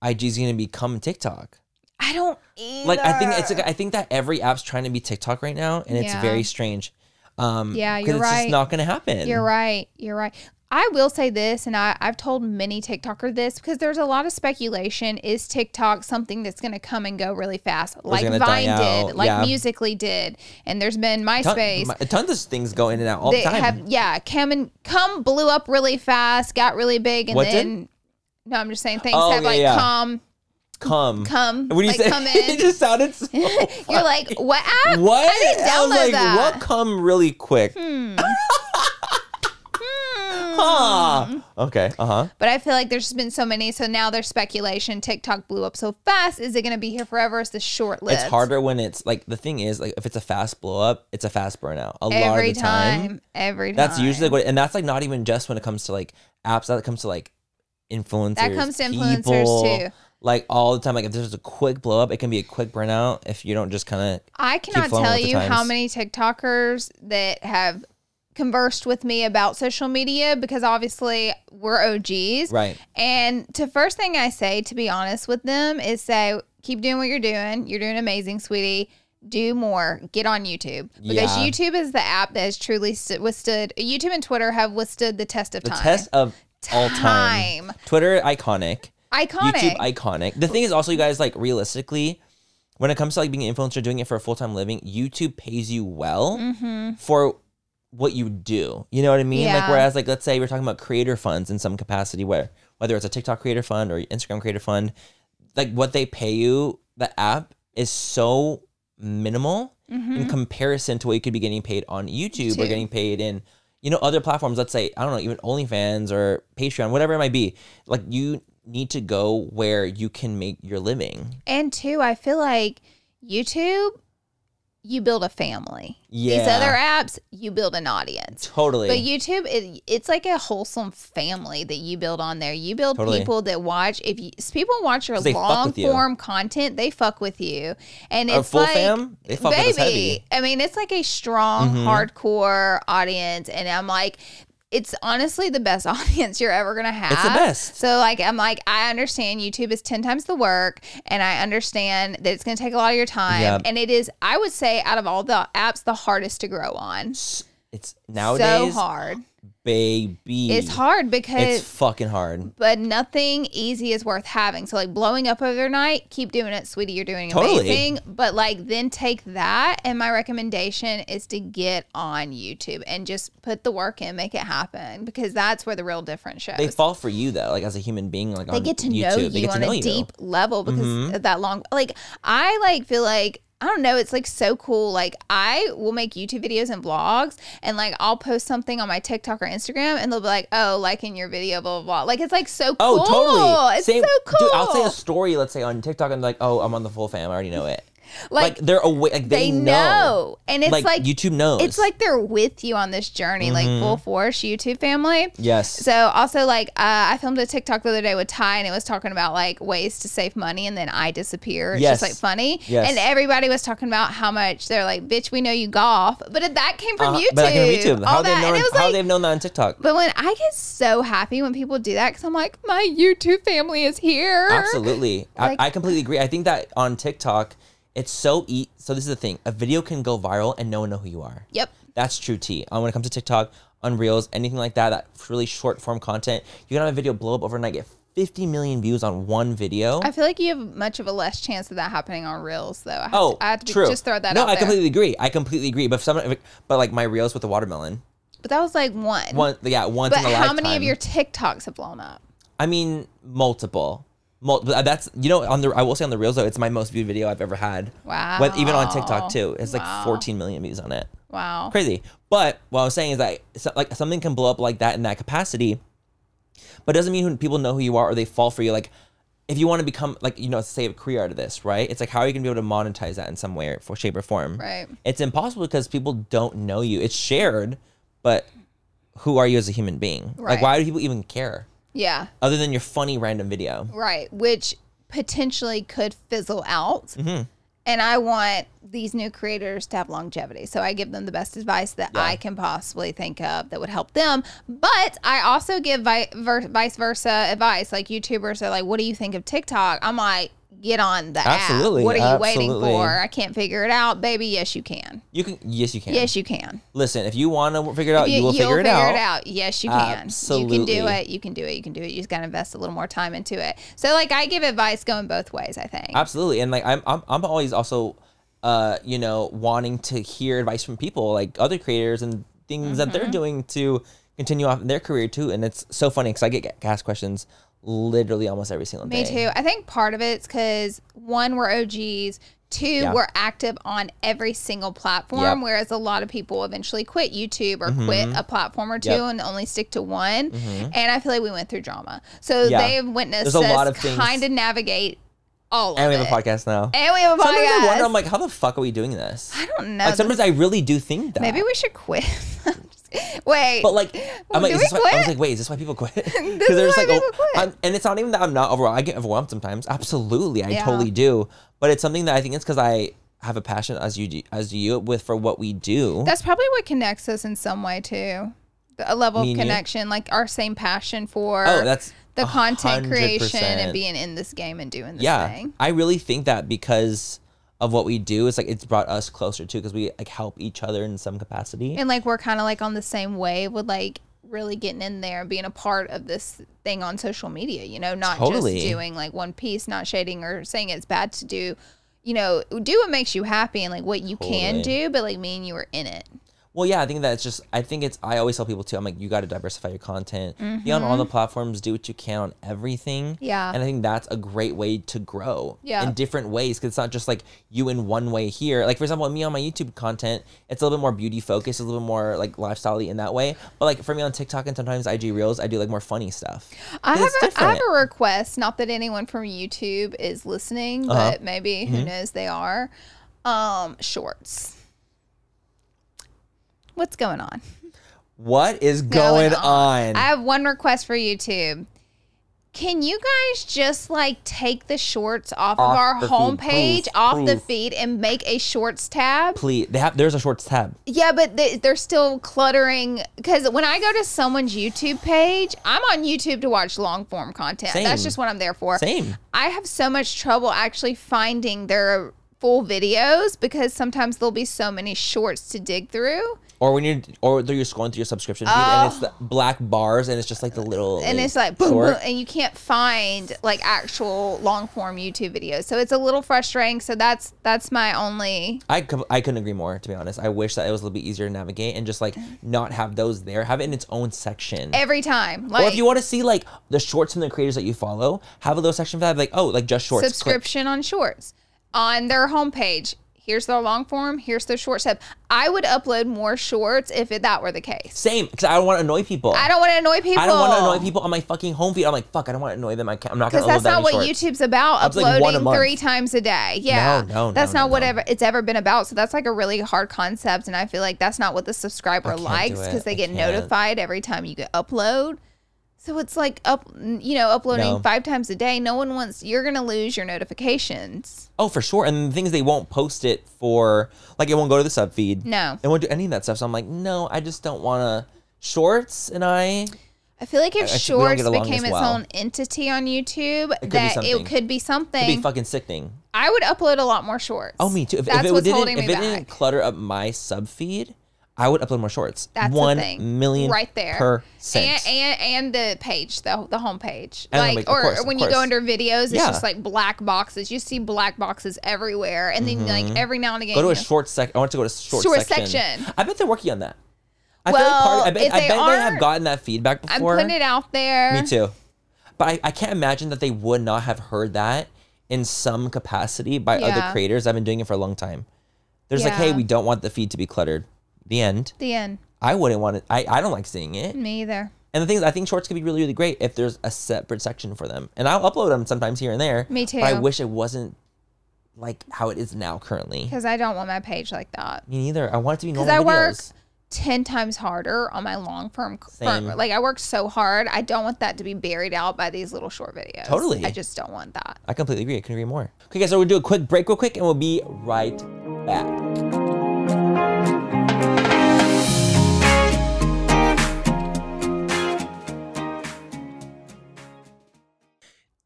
[SPEAKER 1] IG is gonna become TikTok.
[SPEAKER 2] I don't either.
[SPEAKER 1] e-, like I think it's like I think that every app's trying to be TikTok right now, and it's
[SPEAKER 2] Yeah.
[SPEAKER 1] very strange. Um,
[SPEAKER 2] Yeah,
[SPEAKER 1] 'cause
[SPEAKER 2] you're
[SPEAKER 1] it's
[SPEAKER 2] right.
[SPEAKER 1] just not gonna happen.
[SPEAKER 2] You're right. You're right. I will say this, and I, I've told many TikToker this because there's a lot of speculation. Is TikTok something that's going to come and go really fast, like
[SPEAKER 1] gonna die
[SPEAKER 2] Vine did,
[SPEAKER 1] out,
[SPEAKER 2] like
[SPEAKER 1] yeah.
[SPEAKER 2] Musically did, and there's been
[SPEAKER 1] Ton-
[SPEAKER 2] MySpace.
[SPEAKER 1] my- tons of things go in and out all
[SPEAKER 2] they
[SPEAKER 1] the time.
[SPEAKER 2] have, yeah, come and come blew up really fast, got really big, and
[SPEAKER 1] What did?
[SPEAKER 2] then no, I'm just saying things
[SPEAKER 1] Oh,
[SPEAKER 2] have
[SPEAKER 1] yeah,
[SPEAKER 2] like
[SPEAKER 1] yeah.
[SPEAKER 2] come,
[SPEAKER 1] come.
[SPEAKER 2] come,
[SPEAKER 1] When you
[SPEAKER 2] like
[SPEAKER 1] say
[SPEAKER 2] come
[SPEAKER 1] it
[SPEAKER 2] in.
[SPEAKER 1] just sounded so
[SPEAKER 2] You're like, what app?
[SPEAKER 1] what?
[SPEAKER 2] I didn't
[SPEAKER 1] was
[SPEAKER 2] download
[SPEAKER 1] like,
[SPEAKER 2] that. Hmm.
[SPEAKER 1] what come really quick? Huh. Okay. Uh huh.
[SPEAKER 2] But I feel like there's just been so many. So now there's speculation. TikTok blew up so fast. Is it going to be here forever? Is this short lived?
[SPEAKER 1] It's harder when it's like the thing is like if it's a fast blow up, it's a fast burnout. A lot
[SPEAKER 2] Every
[SPEAKER 1] of the time.
[SPEAKER 2] time, Every time.
[SPEAKER 1] That's usually what, and that's like not even just when it comes to like apps. That comes to like influencers.
[SPEAKER 2] That comes to influencers,
[SPEAKER 1] people,
[SPEAKER 2] too.
[SPEAKER 1] Like all the time. Like if there's a quick blow up, it can be a quick burnout if you don't just kind of.
[SPEAKER 2] I cannot
[SPEAKER 1] flowing
[SPEAKER 2] tell
[SPEAKER 1] with the
[SPEAKER 2] you how
[SPEAKER 1] times.
[SPEAKER 2] many TikTokers that have conversed with me about social media because obviously we're OGs.
[SPEAKER 1] Right.
[SPEAKER 2] And the first thing I say, to be honest with them, is say, keep doing what you're doing. You're doing amazing, sweetie. do more. Get on YouTube because
[SPEAKER 1] Yeah.
[SPEAKER 2] YouTube is the app that has truly st- withstood. YouTube and Twitter have withstood the test of
[SPEAKER 1] The
[SPEAKER 2] time.
[SPEAKER 1] test of all time.
[SPEAKER 2] Time.
[SPEAKER 1] Twitter iconic.
[SPEAKER 2] Iconic.
[SPEAKER 1] YouTube iconic. The thing is also you guys like realistically when it comes to like being an influencer doing it for a full-time living, YouTube pays you well
[SPEAKER 2] Mm-hmm.
[SPEAKER 1] for what you do. You know what I mean? Like
[SPEAKER 2] Yeah.
[SPEAKER 1] whereas like let's say we're talking about creator funds in some capacity where whether it's a TikTok creator fund or Instagram creator fund, like what they pay you, the app is so minimal
[SPEAKER 2] Mm-hmm.
[SPEAKER 1] in comparison to what you could be getting paid on YouTube or
[SPEAKER 2] Two.
[SPEAKER 1] getting paid in you know other platforms. Let's say I don't know even OnlyFans or Patreon, whatever it might be. Like you need to go where you can make your living.
[SPEAKER 2] And two, I feel like YouTube, you build a family. These
[SPEAKER 1] Yeah.
[SPEAKER 2] other apps, you build an audience.
[SPEAKER 1] Totally.
[SPEAKER 2] But YouTube, it, it's like a wholesome family that you build on there. You build
[SPEAKER 1] Totally.
[SPEAKER 2] people that watch. If you, s- people watch your
[SPEAKER 1] 'Cause they fuck
[SPEAKER 2] long
[SPEAKER 1] with you.
[SPEAKER 2] form content, they fuck with you. And
[SPEAKER 1] Our
[SPEAKER 2] it's
[SPEAKER 1] full
[SPEAKER 2] like,
[SPEAKER 1] fam, they fuck with us heavy. Mm-hmm.
[SPEAKER 2] I mean, it's like a strong, hardcore audience. And I'm like, it's honestly the best audience you're ever gonna have.
[SPEAKER 1] best.
[SPEAKER 2] So like I'm like I understand YouTube is ten times the work, and I understand that it's gonna take a lot of your time,
[SPEAKER 1] Yeah.
[SPEAKER 2] and it is I would say out of all the apps the hardest to grow on.
[SPEAKER 1] it's nowadays
[SPEAKER 2] so hard.
[SPEAKER 1] baby.
[SPEAKER 2] It's hard because
[SPEAKER 1] It's fucking hard.
[SPEAKER 2] but nothing easy is worth having. So like blowing up overnight, keep doing it, sweetie. You're doing
[SPEAKER 1] Totally.
[SPEAKER 2] amazing. But like then take that, and my recommendation is to get on YouTube and just put the work in, make it happen, because that's where the real difference shows.
[SPEAKER 1] They fall for you though, like as a human being, like
[SPEAKER 2] they
[SPEAKER 1] on
[SPEAKER 2] get to
[SPEAKER 1] YouTube.
[SPEAKER 2] know
[SPEAKER 1] they
[SPEAKER 2] you
[SPEAKER 1] get to
[SPEAKER 2] on
[SPEAKER 1] know
[SPEAKER 2] a
[SPEAKER 1] you. Mm-hmm.
[SPEAKER 2] deep level because of that long like i like feel like i don't know it's like so cool like i will make youtube videos and vlogs and like i'll post something on my tiktok or instagram and they'll be like oh liking your video blah blah blah like it's like so cool
[SPEAKER 1] Oh, totally.
[SPEAKER 2] it's so cool
[SPEAKER 1] Dude, I'll say a story, let's say on TikTok, and like, oh, I'm on the full fam. I already know it. Like,
[SPEAKER 2] like,
[SPEAKER 1] they're away. Like
[SPEAKER 2] they,
[SPEAKER 1] they,
[SPEAKER 2] know. and it's
[SPEAKER 1] like,
[SPEAKER 2] like,
[SPEAKER 1] YouTube knows.
[SPEAKER 2] it's like they're with you on this journey like full
[SPEAKER 1] Mm-hmm.
[SPEAKER 2] force youtube family
[SPEAKER 1] yes.
[SPEAKER 2] So also like uh, I filmed a TikTok the other day with Ty and it was talking about like ways to save money and then I disappear. It's
[SPEAKER 1] Yes.
[SPEAKER 2] just like funny.
[SPEAKER 1] Yes.
[SPEAKER 2] And everybody was talking about how much they're like, bitch, we know you golf. But if that came from
[SPEAKER 1] Uh,
[SPEAKER 2] YouTube.
[SPEAKER 1] But like on YouTube, how
[SPEAKER 2] all
[SPEAKER 1] they
[SPEAKER 2] that.
[SPEAKER 1] know
[SPEAKER 2] And it was
[SPEAKER 1] how
[SPEAKER 2] like
[SPEAKER 1] they've known that on TikTok.
[SPEAKER 2] but when I get so happy when people do that, because I'm like, my YouTube family is here.
[SPEAKER 1] Absolutely,
[SPEAKER 2] Like-
[SPEAKER 1] I, I completely agree. I think that on TikTok, it's so e- so. This is the thing: a video can go viral and no one know who you are.
[SPEAKER 2] Yep.
[SPEAKER 1] That's true T. Um, when it comes to TikTok, on Reels, anything like that, that really short form content, you can have a video blow up overnight, get 50 million views on one video.
[SPEAKER 2] I feel like you have much of a less chance of that happening on Reels, though. I have
[SPEAKER 1] oh,
[SPEAKER 2] to, I have to be-
[SPEAKER 1] true.
[SPEAKER 2] just throw that
[SPEAKER 1] no,
[SPEAKER 2] out
[SPEAKER 1] I
[SPEAKER 2] there.
[SPEAKER 1] completely agree. I completely agree. But if someone, if- but like my Reels with the watermelon,
[SPEAKER 2] but that was like one.
[SPEAKER 1] one, yeah, once
[SPEAKER 2] But
[SPEAKER 1] in a
[SPEAKER 2] how
[SPEAKER 1] lifetime.
[SPEAKER 2] many of your TikToks have blown up?
[SPEAKER 1] I mean, multiple. Multiple. That's you know on the I will say on the reels though it's my most viewed video I've ever had.
[SPEAKER 2] Wow.
[SPEAKER 1] But even on TikTok too, it's like 14 million views on it.
[SPEAKER 2] Wow.
[SPEAKER 1] Crazy. But what I was saying is that so, like something can blow up like that in that capacity, but it doesn't mean who, people know who you are or they fall for you. Like if you want to become like you know say a career out of this, right? It's like how are you gonna be able to monetize that in some way or for shape or form?
[SPEAKER 2] Right.
[SPEAKER 1] It's impossible because people don't know you. It's shared, but who are you as a human being? Like
[SPEAKER 2] Right.
[SPEAKER 1] why do people even care?
[SPEAKER 2] Yeah.
[SPEAKER 1] other than your funny random video.
[SPEAKER 2] Right, which potentially could fizzle out.
[SPEAKER 1] Mm-hmm.
[SPEAKER 2] And I want these new creators to have longevity. So I give them the best advice that I can possibly think of that would help them. But I also give vi- ver- vice versa advice. Like YouTubers are like, what do you think of TikTok? I'm like, get on the
[SPEAKER 1] Absolutely,
[SPEAKER 2] app. What are you waiting
[SPEAKER 1] absolutely.
[SPEAKER 2] for? I can't figure it out. Baby, yes, you can.
[SPEAKER 1] You can, yes, you can.
[SPEAKER 2] Yes, you can.
[SPEAKER 1] Listen, if you want to figure it out, Oh, you, will
[SPEAKER 2] you'll
[SPEAKER 1] figure, it, out.
[SPEAKER 2] Yes, you can. You can do
[SPEAKER 1] Absolutely.
[SPEAKER 2] it. You can do it. You can do it. You just got to invest a little more time into it. So, like, I give advice going both ways, I think.
[SPEAKER 1] Absolutely, and like I'm, I'm, I'm always also, uh, you know, wanting to hear advice from people like other creators and things that
[SPEAKER 2] Mm-hmm.
[SPEAKER 1] they're doing to continue off in their career too. And it's so funny because I get get asked questions literally almost every single
[SPEAKER 2] Me
[SPEAKER 1] day.
[SPEAKER 2] too. I think part of it's because one, we're OGs. Two, we're active on every single platform,
[SPEAKER 1] Yep. Mm-hmm.
[SPEAKER 2] whereas a lot of people eventually quit YouTube or quit a platform or two
[SPEAKER 1] Yep. Mm-hmm.
[SPEAKER 2] and only stick to one. And I feel like we went through drama, so
[SPEAKER 1] Yeah.
[SPEAKER 2] they've witnessed
[SPEAKER 1] There's a lot of
[SPEAKER 2] us
[SPEAKER 1] things.
[SPEAKER 2] kind of navigate all
[SPEAKER 1] And
[SPEAKER 2] of
[SPEAKER 1] we have
[SPEAKER 2] it.
[SPEAKER 1] a podcast now.
[SPEAKER 2] And we have a podcast.
[SPEAKER 1] Sometimes I wonder, I'm like, how the fuck are we doing this?
[SPEAKER 2] I don't know.
[SPEAKER 1] Like sometimes I really do think that.
[SPEAKER 2] Maybe we should quit. I'm just kidding. Wait.
[SPEAKER 1] But like, I'm like,
[SPEAKER 2] do
[SPEAKER 1] is this
[SPEAKER 2] we
[SPEAKER 1] why, I was
[SPEAKER 2] quit?
[SPEAKER 1] like, wait, is this why people quit? Because
[SPEAKER 2] is
[SPEAKER 1] they're just
[SPEAKER 2] why
[SPEAKER 1] like, oh,
[SPEAKER 2] people quit.
[SPEAKER 1] I'm- and it's not even that I'm not overwhelmed. I get overwhelmed sometimes. Absolutely, I
[SPEAKER 2] Yeah.
[SPEAKER 1] totally do. But it's something that I think it's because I have a passion as you do, as you with for what we do.
[SPEAKER 2] that's probably what connects us in some way too. The- A level
[SPEAKER 1] Me
[SPEAKER 2] of
[SPEAKER 1] and you?
[SPEAKER 2] connection, like our same passion for
[SPEAKER 1] Oh, that's
[SPEAKER 2] the content creation
[SPEAKER 1] 100%.
[SPEAKER 2] and being in this game and doing this
[SPEAKER 1] yeah.
[SPEAKER 2] thing.
[SPEAKER 1] I really think that because of what we do it's like it's brought us closer too because we like help each other in some capacity
[SPEAKER 2] and like we're kind of like on the same wave with like really getting in there and being a part of this thing on social media you know not
[SPEAKER 1] Totally.
[SPEAKER 2] just doing like one piece not shading or saying it's bad to do you know do what makes you happy and like what you can
[SPEAKER 1] Totally.
[SPEAKER 2] do but like me and you were in it
[SPEAKER 1] Well, yeah, I think that's just. I think it's. I always tell people too. I'm like, you got to diversify your content. Be on all the platforms. Do what you can on everything.
[SPEAKER 2] Yeah.
[SPEAKER 1] And I think that's a great way to grow.
[SPEAKER 2] Yeah.
[SPEAKER 1] In different ways, because it's not just like you in one way here. Like for example, me on my YouTube content, it's a little bit more beauty focused, a little bit more like lifestyle in that way. But like for me on TikTok and sometimes IG Reels, I do like more funny stuff.
[SPEAKER 2] I
[SPEAKER 1] 'Cause
[SPEAKER 2] have,
[SPEAKER 1] it's
[SPEAKER 2] a, I have
[SPEAKER 1] different.
[SPEAKER 2] a request. Not that anyone from YouTube is listening,
[SPEAKER 1] Uh-huh.
[SPEAKER 2] but maybe
[SPEAKER 1] Mm-hmm.
[SPEAKER 2] who knows they are. Um, shorts. What's going on?
[SPEAKER 1] What is going, on?
[SPEAKER 2] I have one request for YouTube. Can you guys just like take the shorts off,
[SPEAKER 1] Off
[SPEAKER 2] of our
[SPEAKER 1] the feed,
[SPEAKER 2] homepage,
[SPEAKER 1] please,
[SPEAKER 2] off the
[SPEAKER 1] please.
[SPEAKER 2] feed, and make a shorts tab?
[SPEAKER 1] Please, they have. There's a shorts tab.
[SPEAKER 2] Yeah, but they, they're still cluttering. Because when I go to someone's YouTube page, I'm on YouTube to watch long form content. That's
[SPEAKER 1] Same.
[SPEAKER 2] just what I'm there for.
[SPEAKER 1] Same.
[SPEAKER 2] I have so much trouble actually finding their full videos because sometimes there'll be so many shorts to dig through.
[SPEAKER 1] Or when you're, or you're scrolling through your subscription feed, and it's the black bars, and it's just like the little,
[SPEAKER 2] Oh. And it's like boom, boom, and you can't find like actual long form YouTube videos. So it's a little frustrating. So that's that's my only
[SPEAKER 1] I, com- I couldn't agree more, to be honest. I wish that it was a little bit easier to navigate and just like
[SPEAKER 2] Mm.
[SPEAKER 1] not have those there, have it in its own section.
[SPEAKER 2] every time. Like
[SPEAKER 1] or if you want to see like the shorts from the creators that you follow, have a little section for that. Like, oh, like just shorts. click.
[SPEAKER 2] subscription on shorts on their homepage. Here's their long form. Here's their short step. I would upload more shorts if it, that were the case.
[SPEAKER 1] Same, because I don't want to annoy people.
[SPEAKER 2] I don't want to annoy people.
[SPEAKER 1] I don't want to annoy people on my fucking home feed. I'm like, fuck, I don't want to annoy them. I can't, I'm not going to
[SPEAKER 2] because
[SPEAKER 1] upload
[SPEAKER 2] that's
[SPEAKER 1] that
[SPEAKER 2] not
[SPEAKER 1] many
[SPEAKER 2] what
[SPEAKER 1] shorts.
[SPEAKER 2] YouTube's about.
[SPEAKER 1] That's like
[SPEAKER 2] uploading
[SPEAKER 1] one a month.
[SPEAKER 2] three times a day. Yeah,
[SPEAKER 1] No, no,
[SPEAKER 2] that's
[SPEAKER 1] no,
[SPEAKER 2] not
[SPEAKER 1] no,
[SPEAKER 2] what
[SPEAKER 1] no.
[SPEAKER 2] ever it's ever been about. So that's like a really hard concept, and I feel like that's not what the subscriber
[SPEAKER 1] can't do
[SPEAKER 2] likes because
[SPEAKER 1] it.
[SPEAKER 2] they
[SPEAKER 1] I
[SPEAKER 2] get
[SPEAKER 1] can't.
[SPEAKER 2] notified every time you get upload. So it's like up, you know, uploading
[SPEAKER 1] No.
[SPEAKER 2] five times a day. No one wants. You're gonna lose your notifications.
[SPEAKER 1] Oh, for sure. And the things they won't post it for, like it won't go to the sub feed.
[SPEAKER 2] No.
[SPEAKER 1] It won't do any of that stuff. So I'm like, no, I just don't want to. Shorts and I,
[SPEAKER 2] I feel like if
[SPEAKER 1] I- I- we don't get
[SPEAKER 2] Shorts
[SPEAKER 1] along
[SPEAKER 2] became
[SPEAKER 1] as
[SPEAKER 2] its
[SPEAKER 1] well.
[SPEAKER 2] own entity on YouTube,
[SPEAKER 1] be
[SPEAKER 2] that
[SPEAKER 1] something.
[SPEAKER 2] it could be something.
[SPEAKER 1] it'd be fucking sickening.
[SPEAKER 2] I would upload a lot more shorts.
[SPEAKER 1] Oh, me too. If, if
[SPEAKER 2] That's
[SPEAKER 1] it
[SPEAKER 2] what's
[SPEAKER 1] didn't,
[SPEAKER 2] holding
[SPEAKER 1] if
[SPEAKER 2] me
[SPEAKER 1] it didn't
[SPEAKER 2] back.
[SPEAKER 1] clutter up my sub feed, I would upload more shorts.
[SPEAKER 2] That's the
[SPEAKER 1] One
[SPEAKER 2] thing.
[SPEAKER 1] million
[SPEAKER 2] right there
[SPEAKER 1] percent.
[SPEAKER 2] and and, and the page, the the home page,
[SPEAKER 1] And the
[SPEAKER 2] like
[SPEAKER 1] link, of
[SPEAKER 2] or
[SPEAKER 1] course, of
[SPEAKER 2] when you go
[SPEAKER 1] course.
[SPEAKER 2] under videos, it's
[SPEAKER 1] Yeah.
[SPEAKER 2] just like black boxes. You see black boxes everywhere, and then like every now and again,
[SPEAKER 1] Mm-hmm. go to
[SPEAKER 2] you
[SPEAKER 1] a
[SPEAKER 2] know-
[SPEAKER 1] short sec. I want to go to a short,
[SPEAKER 2] Short
[SPEAKER 1] section.
[SPEAKER 2] section.
[SPEAKER 1] I bet they're working on that. I
[SPEAKER 2] Well,
[SPEAKER 1] I
[SPEAKER 2] if
[SPEAKER 1] bet, I
[SPEAKER 2] they
[SPEAKER 1] bet they have
[SPEAKER 2] aren't,
[SPEAKER 1] gotten that feedback
[SPEAKER 2] I'm
[SPEAKER 1] before.
[SPEAKER 2] putting it out there.
[SPEAKER 1] Me too. But I, I can't imagine that they would not have heard that in some capacity by
[SPEAKER 2] Yeah.
[SPEAKER 1] other creators. I've been doing it for a long time. There's like, hey,
[SPEAKER 2] Yeah.
[SPEAKER 1] we don't want the feed to be cluttered. The end.
[SPEAKER 2] The end.
[SPEAKER 1] I wouldn't want it. I, I don't like seeing it.
[SPEAKER 2] Me either.
[SPEAKER 1] And the thing is, I think shorts could be really, really great if there's a separate section for them. And I'll upload them sometimes here and there.
[SPEAKER 2] Me
[SPEAKER 1] But I
[SPEAKER 2] too.
[SPEAKER 1] wish it wasn't like how it is now currently.
[SPEAKER 2] Because I don't want my page like that.
[SPEAKER 1] Me neither. I want it to be
[SPEAKER 2] Because
[SPEAKER 1] normal
[SPEAKER 2] I work
[SPEAKER 1] videos.
[SPEAKER 2] 10 times harder on my long form.
[SPEAKER 1] Same.
[SPEAKER 2] Like, I work so hard. I don't want that to be buried out by these little short videos.
[SPEAKER 1] Totally.
[SPEAKER 2] I just don't want that.
[SPEAKER 1] I completely agree. I couldn't agree more. Okay, guys, so we'll do a quick break real quick and we'll be right back.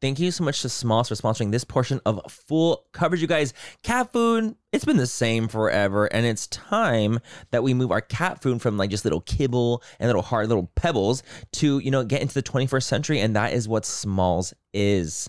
[SPEAKER 1] Thank you so much to Smalls for sponsoring this portion of full coverage, you guys. Cat food, it's been the same forever, and it's time that we move our cat food from like just little kibble and little hard little pebbles to, you know, get into the 21st century, and that is what Smalls is.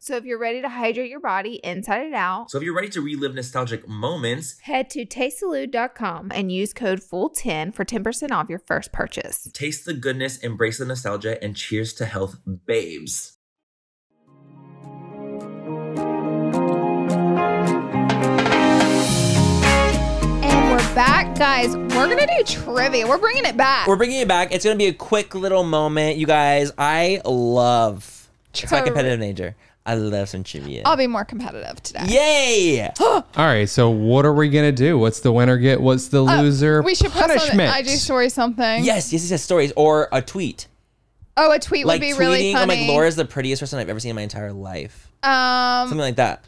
[SPEAKER 4] So if you're ready to hydrate your body inside and out,
[SPEAKER 1] So if you're ready to relive nostalgic moments,
[SPEAKER 4] head to tastesalud.com and use code FULL10 for 10% off your first purchase.
[SPEAKER 1] taste the goodness, embrace the nostalgia, and cheers to health, babes.
[SPEAKER 2] And we're back, guys. We're gonna do trivia. We're bringing it back.
[SPEAKER 1] We're bringing it back. It's gonna be a quick little moment, you guys. I love it's my
[SPEAKER 2] Trivia.
[SPEAKER 1] competitive nature. I love some trivia.
[SPEAKER 2] I'll be more competitive today.
[SPEAKER 1] Yay!
[SPEAKER 5] All right, so what are we gonna do? What's the winner get? What's the loser
[SPEAKER 2] Uh, We should post on
[SPEAKER 5] punishment?
[SPEAKER 2] the IG story something.
[SPEAKER 1] Yes, yes, yes, yes. Stories or a tweet.
[SPEAKER 2] Oh, a tweet
[SPEAKER 1] Like
[SPEAKER 2] would be
[SPEAKER 1] tweeting,
[SPEAKER 2] really
[SPEAKER 1] I'm
[SPEAKER 2] funny.
[SPEAKER 1] like Laura's the prettiest person I've ever seen in my entire life.
[SPEAKER 2] um,
[SPEAKER 1] Something like that.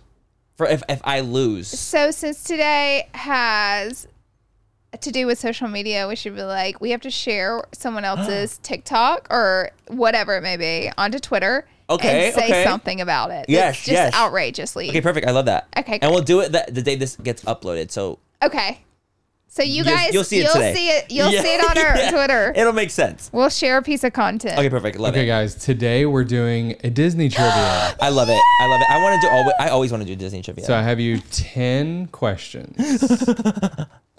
[SPEAKER 1] For if, if I lose,
[SPEAKER 2] So since today has to do with social media, we should be like, we have to share someone else's TikTok or whatever it may be onto Twitter.
[SPEAKER 1] Okay,
[SPEAKER 2] And say
[SPEAKER 1] okay.
[SPEAKER 2] somethly about it.
[SPEAKER 1] Yes,
[SPEAKER 2] It's just
[SPEAKER 1] yes.
[SPEAKER 2] outrageously.
[SPEAKER 1] okay, perfect. I love that.
[SPEAKER 2] Okay,
[SPEAKER 1] and we'll do it the, the day this gets uploaded. So
[SPEAKER 2] Okay. So you
[SPEAKER 1] You'll-
[SPEAKER 2] guys,
[SPEAKER 1] you'll see it today.
[SPEAKER 2] You'll
[SPEAKER 1] Yeah,
[SPEAKER 2] see it on our
[SPEAKER 1] yeah.
[SPEAKER 2] Twitter.
[SPEAKER 1] it'll make sense.
[SPEAKER 2] we'll share a piece of content.
[SPEAKER 1] Okay, perfect. Love
[SPEAKER 5] Okay,
[SPEAKER 1] it.
[SPEAKER 5] guys, today we're doing a Disney trivia.
[SPEAKER 1] I love it. I love it. I want to do. Always, I always want to do Disney trivia.
[SPEAKER 5] So I have you ten questions.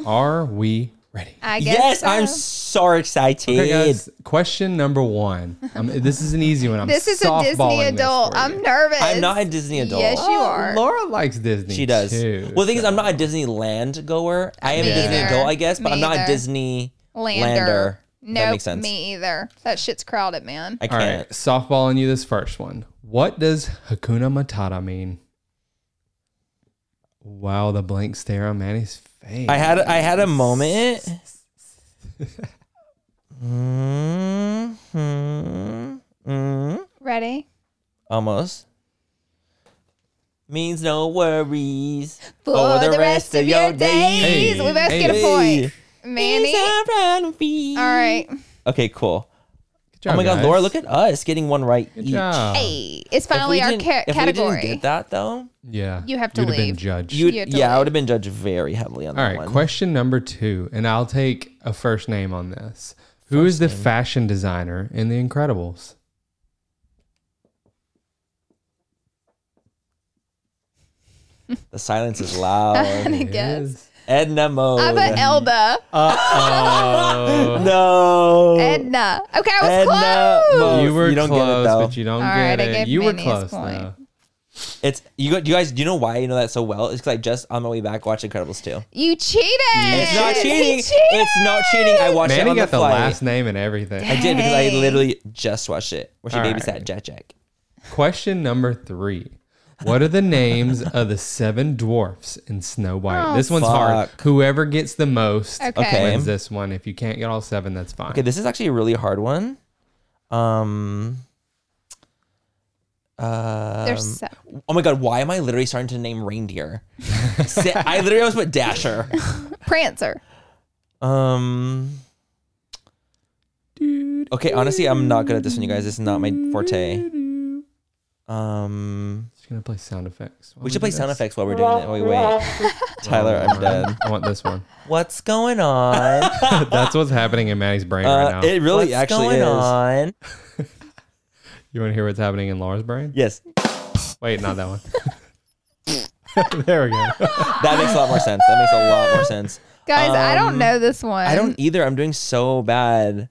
[SPEAKER 5] are we ready?
[SPEAKER 2] I guess. uh,
[SPEAKER 1] yes, I'm
[SPEAKER 2] so.
[SPEAKER 1] so excited.
[SPEAKER 5] Okay, guys. Question number one. Um, this is an easy one. I'm
[SPEAKER 2] This is a Disney
[SPEAKER 5] softballing this
[SPEAKER 2] adult.
[SPEAKER 5] for you.
[SPEAKER 2] I'm nervous.
[SPEAKER 1] I'm not a Disney adult. Oh,
[SPEAKER 2] Yes, you are.
[SPEAKER 5] Laura likes Disney.
[SPEAKER 1] She does.
[SPEAKER 5] Too,
[SPEAKER 1] well, the thing is, I'm not a Disneyland goer. I am
[SPEAKER 2] Me
[SPEAKER 1] a Disney
[SPEAKER 2] either.
[SPEAKER 1] adult, I guess, but
[SPEAKER 2] Me
[SPEAKER 1] I'm not
[SPEAKER 2] either.
[SPEAKER 1] a Disney
[SPEAKER 2] Lander.
[SPEAKER 1] lander.
[SPEAKER 2] Nope,
[SPEAKER 1] that makes sense.
[SPEAKER 2] me either. That shit's crowded, man.
[SPEAKER 1] I
[SPEAKER 5] All
[SPEAKER 1] can't.
[SPEAKER 5] right, softballing you this first one. What does Hakuna Matata mean? Wow, the blank stare on Manny's face.
[SPEAKER 1] I had I had a moment. Mhm. Mhm.
[SPEAKER 2] Ready?
[SPEAKER 1] Almost. Means no worries
[SPEAKER 2] For the rest of your days.
[SPEAKER 5] Hey,
[SPEAKER 2] we both
[SPEAKER 5] hey.
[SPEAKER 2] get a point.
[SPEAKER 1] Means
[SPEAKER 2] Manny.
[SPEAKER 1] around me.
[SPEAKER 2] All right.
[SPEAKER 1] Okay, cool.
[SPEAKER 5] Good job,
[SPEAKER 1] oh my god,
[SPEAKER 5] guys.
[SPEAKER 1] Laura, look at us getting one right
[SPEAKER 5] Good
[SPEAKER 1] each.
[SPEAKER 5] job.
[SPEAKER 2] Hey, it's
[SPEAKER 1] Uh, If
[SPEAKER 2] finally
[SPEAKER 1] we
[SPEAKER 2] our
[SPEAKER 1] didn't-
[SPEAKER 2] ca-
[SPEAKER 1] if
[SPEAKER 2] category.
[SPEAKER 1] we didn't get that though,
[SPEAKER 5] Yeah.
[SPEAKER 2] You have to
[SPEAKER 5] You'd have
[SPEAKER 2] leave.
[SPEAKER 5] been judged.
[SPEAKER 1] you
[SPEAKER 2] You had to
[SPEAKER 1] yeah, I
[SPEAKER 2] leave.
[SPEAKER 1] would have been judged very heavily on
[SPEAKER 5] All
[SPEAKER 1] that
[SPEAKER 5] right,
[SPEAKER 1] one.
[SPEAKER 5] question number two, and I'll take a first name on this. Who is the fashion designer in The Incredibles?
[SPEAKER 1] The silence is loud.
[SPEAKER 2] I guess.
[SPEAKER 1] Edna Mode.
[SPEAKER 2] I bet Elba.
[SPEAKER 5] Oh,
[SPEAKER 1] no.
[SPEAKER 2] Edna. Okay, I was
[SPEAKER 1] Edna
[SPEAKER 2] close.
[SPEAKER 1] Mode.
[SPEAKER 5] Oh, you were
[SPEAKER 1] don't
[SPEAKER 5] close,
[SPEAKER 1] get it though.
[SPEAKER 5] but you don't
[SPEAKER 2] All
[SPEAKER 5] get
[SPEAKER 2] right, I
[SPEAKER 5] it.
[SPEAKER 2] gave
[SPEAKER 5] you were
[SPEAKER 2] Manny his
[SPEAKER 5] close
[SPEAKER 2] point.
[SPEAKER 5] though.
[SPEAKER 1] It's you. Got, you guys. Do you know why you know that so well? It's because I just on my way back watched Incredibles two.
[SPEAKER 2] You cheated.
[SPEAKER 1] It's not
[SPEAKER 2] He
[SPEAKER 1] cheating.
[SPEAKER 2] cheated.
[SPEAKER 1] It's not cheating. I watched it
[SPEAKER 5] Manny
[SPEAKER 1] on
[SPEAKER 5] got
[SPEAKER 1] the
[SPEAKER 5] the,
[SPEAKER 1] flight.
[SPEAKER 5] last name and everything.
[SPEAKER 1] I did because I
[SPEAKER 2] Dang.
[SPEAKER 1] literally just watched it where she
[SPEAKER 5] All
[SPEAKER 1] babysat
[SPEAKER 5] right.
[SPEAKER 1] Jack Jack.
[SPEAKER 5] Question number three. What are the names of the seven dwarfs in Snow White? this one's hard.
[SPEAKER 1] fuck.
[SPEAKER 5] Whoever gets the most
[SPEAKER 2] Oh, Okay.
[SPEAKER 5] wins this one. If you can't get all seven, that's fine.
[SPEAKER 1] Okay, this is actually a really hard one. Um. Uh,
[SPEAKER 2] There's so-
[SPEAKER 1] oh my god, why am I literally starting to name reindeer? Sa- I literally almost put Dasher.
[SPEAKER 2] Prancer.
[SPEAKER 1] Um. Okay, honestly, I'm not good at this one, you guys. This is not my forte. Um,
[SPEAKER 5] Just gonna play sound effects. Why
[SPEAKER 1] we
[SPEAKER 5] would
[SPEAKER 1] should play
[SPEAKER 5] do
[SPEAKER 1] sound
[SPEAKER 5] this?
[SPEAKER 1] effects while we're doing it. Wait, wait. Tyler, I'm dead.
[SPEAKER 5] I want this one.
[SPEAKER 1] What's going on?
[SPEAKER 5] That's what's happening in Maddie's brain
[SPEAKER 1] Uh,
[SPEAKER 5] right now.
[SPEAKER 1] it really
[SPEAKER 6] What's
[SPEAKER 1] actually
[SPEAKER 6] going
[SPEAKER 1] is.
[SPEAKER 6] on?
[SPEAKER 5] you want to hear what's happening in Laura's brain?
[SPEAKER 1] Yes,
[SPEAKER 5] Wait, not that one. there we go.
[SPEAKER 1] that makes a lot more sense. That makes a lot more sense.
[SPEAKER 7] Guys, I don't
[SPEAKER 1] Um,
[SPEAKER 7] know this one.
[SPEAKER 1] I don't either. I'm doing so bad.